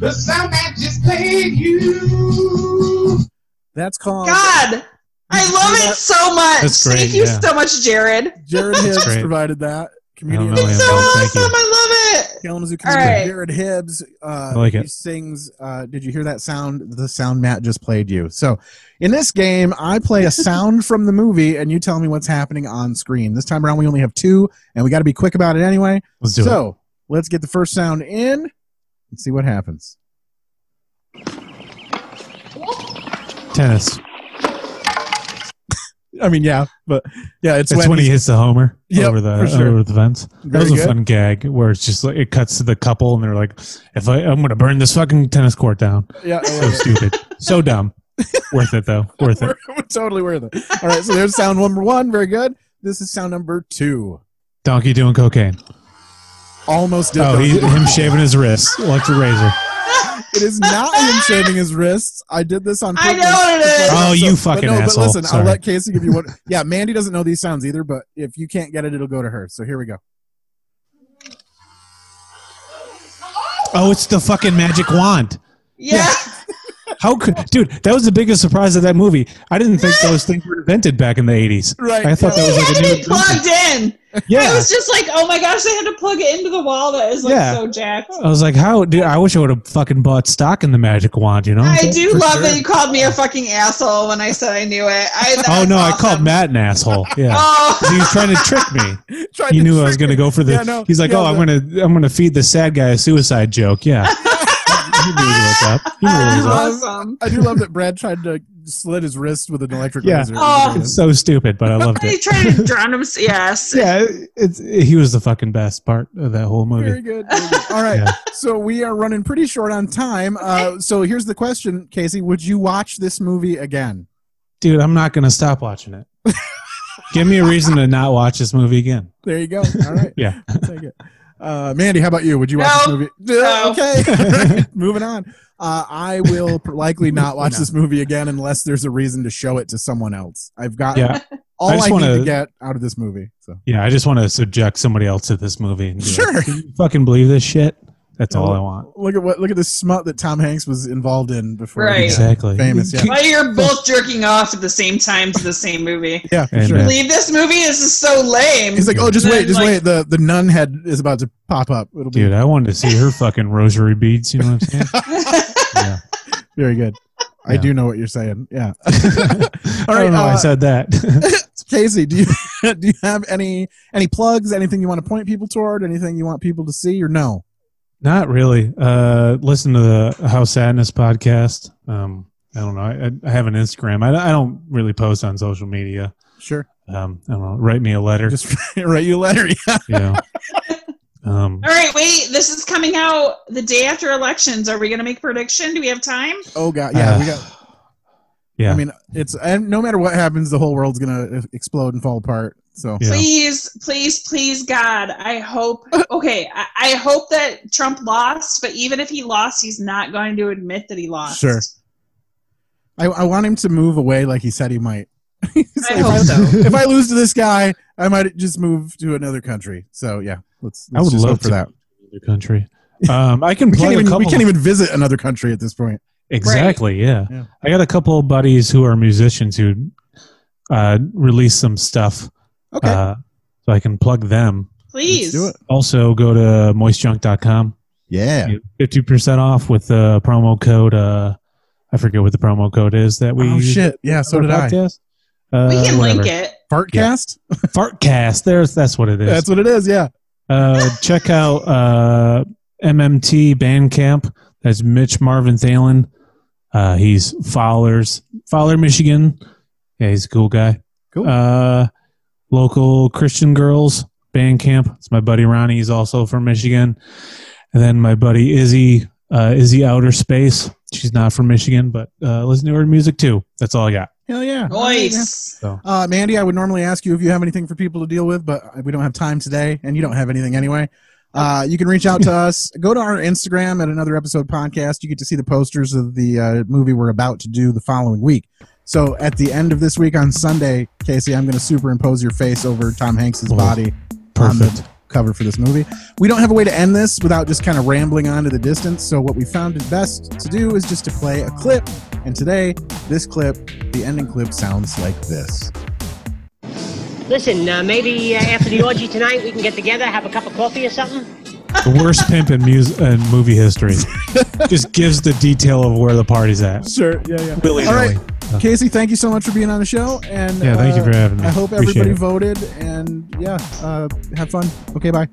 S14: The sound that just played you.
S1: That's called
S2: God, I love it so much.
S1: That's great,
S2: Thank you
S1: yeah.
S2: so much, Jared.
S1: Jared
S2: That's
S1: Hibbs
S2: great.
S1: provided that. Comedian.
S3: know, It's Anthony. so Thank you. awesome.
S2: I love it.
S1: Kalamazoo
S2: All
S1: comedian
S2: right.
S1: Jared Hibbs. Uh,
S3: I like
S1: he
S3: it.
S1: sings. Uh, Did you hear that sound? The sound Matt just played you. So, in this game, I play a
S3: (laughs)
S1: sound from the movie, and you tell me what's happening on screen. This time around, we only have two, and we got to be quick about it anyway.
S3: Let's do
S1: so, let's get the first sound in and see what happens.
S3: Tennis.
S1: I mean, yeah, but yeah, it's,
S3: It's, when, he
S1: he's-
S3: hits the homer
S1: Yep,
S3: over the
S1: for sure.
S3: over the fence.
S1: Very
S3: that was a
S1: good.
S3: fun gag where it's just like it cuts to the couple and they're like, "If I, I'm going to burn this fucking tennis court down." (laughs)
S1: Yeah, I (laughs)
S3: so
S1: love it.
S3: stupid, so dumb. Worth it though.
S1: (laughs)
S3: Worth it.
S1: We're totally worth it. All right, so there's sound number one. Very good. This is sound number two.
S3: Donkey doing cocaine.
S1: Almost did.
S3: Oh,
S1: that. (laughs)
S3: he, him shaving his wrist, electric razor.
S1: It is not him shaving his wrists. I did this on
S2: (laughs) I
S1: purpose.
S2: know what it is.
S3: Oh, you
S1: but
S3: fucking
S1: no,
S3: asshole.
S1: But listen,
S3: Sorry.
S1: I'll let Casey give you
S3: (laughs)
S1: one. Yeah, Mandy doesn't know these sounds either, but if you can't get it, it'll go to her. So here we go.
S3: Oh, it's the fucking magic wand.
S2: (laughs) Yeah.
S3: How could, dude? That was the biggest surprise of that movie. I didn't think those things were invented back in the '80s.
S1: Right.
S3: I thought
S2: They
S3: that
S2: (laughs)
S3: was
S2: had
S3: like a
S2: to
S3: new.
S2: be plugged in.
S3: Yeah.
S2: I was just like, oh my gosh, they had to plug it into the wall. That is like
S3: Yeah.
S2: so jacked.
S3: I was like, how, dude? I wish I would have fucking bought stock in the magic wand. You know.
S2: I do love
S3: it.
S2: that you called me a fucking asshole when I said I knew it. I, that
S3: (laughs) Oh
S2: was
S3: no, I
S2: awesome.
S3: called Matt an asshole. Yeah.
S2: (laughs) Oh.
S3: 'Cause He was trying to trick me.
S1: Tried
S3: he
S1: to
S3: knew I was
S1: trick
S3: going to go for the.
S1: Yeah, no,
S3: he's like,
S1: yeah,
S3: oh, I'm
S1: the-
S3: going to, I'm going to feed the sad guy a suicide joke. Yeah.
S1: (laughs)
S3: he knew he was up. He knew he was up.
S2: awesome.
S1: I do love that Brad tried to slit his wrist with an electric
S3: Yeah.
S1: razor.
S2: Oh.
S3: (laughs) It's so stupid, but I loved
S2: They
S3: it.
S2: tried to (laughs) drown him. Yes.
S3: Yeah, it's he was the fucking best part of that whole
S1: Very
S3: movie.
S1: good. very good. All right.
S3: Yeah.
S1: So we are running pretty short on time. Uh, so here's the question, Casey: Would you watch this movie again?
S3: Dude, I'm not going to stop
S1: (laughs)
S3: watching it. Give me a reason to not watch this movie again.
S1: There you go. All right.
S3: (laughs) Yeah.
S1: I'll take it. Uh, Mandy, how about you? Would you watch
S2: No.
S1: this movie?
S2: No.
S1: (laughs) Okay, Alright, moving on. Uh, I will pr- likely not watch
S3: No.
S1: this movie again unless there's a reason to show it to someone else. I've got
S3: Yeah.
S1: all
S3: I
S1: I,
S3: just
S1: need to
S3: wanna-
S1: get out of this movie. So
S3: Yeah, I just want to subject somebody else to this movie. And be like,
S1: Sure.
S3: Can you fucking believe this shit? That's all
S1: Oh,
S3: I want.
S1: look at what look at the smut that Tom Hanks was involved in before he
S2: Right.
S1: got
S3: Exactly.
S1: famous. Yeah,
S2: Why you're both jerking off at the same time to the same movie?
S1: yeah, for
S3: And,
S1: sure.
S3: uh,
S2: Leave this movie. This is so lame.
S1: He's like, oh, just
S2: Then,
S1: wait, just
S2: like-
S1: wait. The the nun head is about to pop up. It'll be
S3: Dude, I wanted to see her fucking rosary beads. You know what I'm saying?
S2: (laughs)
S3: yeah.
S1: very good. I
S3: Yeah.
S1: do know what you're saying. Yeah. (laughs)
S3: All right, (laughs) I,
S1: right,
S3: don't know why I
S1: uh,
S3: said
S1: (laughs)
S3: that.
S1: Casey, do you (laughs) do you have any any plugs? Anything you want to point people toward? Anything you want people to see or no?
S3: Not really. Uh, listen to the How Sadness podcast. Um, I don't know. I, I have an Instagram. I, I don't really post on social media.
S1: Sure.
S3: Um, I don't know. Write me
S1: (laughs)
S3: a letter.
S1: Just write you a letter. (laughs) Yeah.
S3: you know. Um,
S2: All right, wait. This is coming out the day after elections. Are we going to make prediction? Do we have time?
S1: Oh god. Yeah. we
S3: Uh,
S1: got.
S3: yeah.
S1: I mean, it's and no matter what happens, the whole world's gonna e-, explode and fall apart. So
S3: Yeah.
S2: Please, please, please, God. I hope. Okay, I, I hope that Trump lost, but even if he lost, he's not going to admit that he lost.
S1: Sure. I, I want him to move away like he said he might. (laughs)
S2: I hope so.
S1: if I lose to this guy, I might just move to another country. So yeah, let's.
S3: I
S1: let's
S3: would
S1: just
S3: love
S1: hope for
S3: to
S1: that.
S3: Other country. Um, I can
S1: We
S3: plug
S1: can't
S3: a
S1: even
S3: couple.
S1: we can't even visit another country at this point.
S3: Exactly. Yeah.
S1: Yeah.
S3: I got a couple of buddies who are musicians who uh, release some stuff.
S1: Okay.
S3: Uh, so I can plug them.
S2: Please.
S1: do it.
S3: Also, go to moistjunk.com.
S1: Yeah.
S3: Fifty percent off with the promo code. Uh, I forget what the promo code is that we.
S1: Oh shit! Yeah, so did I.
S3: Uh,
S2: We can link
S3: whatever.
S2: it.
S1: Fartcast.
S3: Fartcast. There's that's what it is.
S1: That's what it is. Yeah.
S3: Uh, check out uh, MMT Bandcamp. That's Mitch Marvin Thalen. Uh, he's Fowler's Fowler, Michigan. Yeah, he's a cool guy.
S1: Cool.
S3: Uh, local Christian Girls Bandcamp. It's my buddy Ronnie. He's also from Michigan. And then my buddy Izzy, uh, Izzy Outer Space. She's not from Michigan, but uh, listen to her music too. That's all I got.
S1: Hell yeah.
S2: Nice.
S3: So
S1: Uh, Mandy, I would normally ask you if you have anything for people to deal with, but we don't have time today, and you don't have anything anyway. Uh, you can reach out
S3: (laughs)
S1: to us. Go to our Instagram at another episode podcast. You get to see the posters of the uh, movie we're about to do the following week. So at the end of this week on Sunday, Casey, I'm going to superimpose your face over Tom Hanks's body on the cover for this movie. We don't have a way to end this without just kind of rambling on to the distance. So what we found it best to do is just to play a clip. And today, this clip, the ending clip, sounds like this.
S15: Listen, uh, maybe uh, after the orgy tonight, we can get together, have a cup of coffee or something.
S3: the worst pimp in, mus- in movie history. Just gives the detail of where the party's at.
S1: Sure. Yeah. Yeah.
S3: Willy
S1: All right,
S3: nilly. Yeah.
S1: (laughs) Casey. Thank you so much for being on the show. And uh,
S3: Yeah, thank you for having me.
S1: I hope
S3: Appreciate
S1: everybody
S3: it.
S1: voted. And yeah, uh, have fun. Okay. Bye.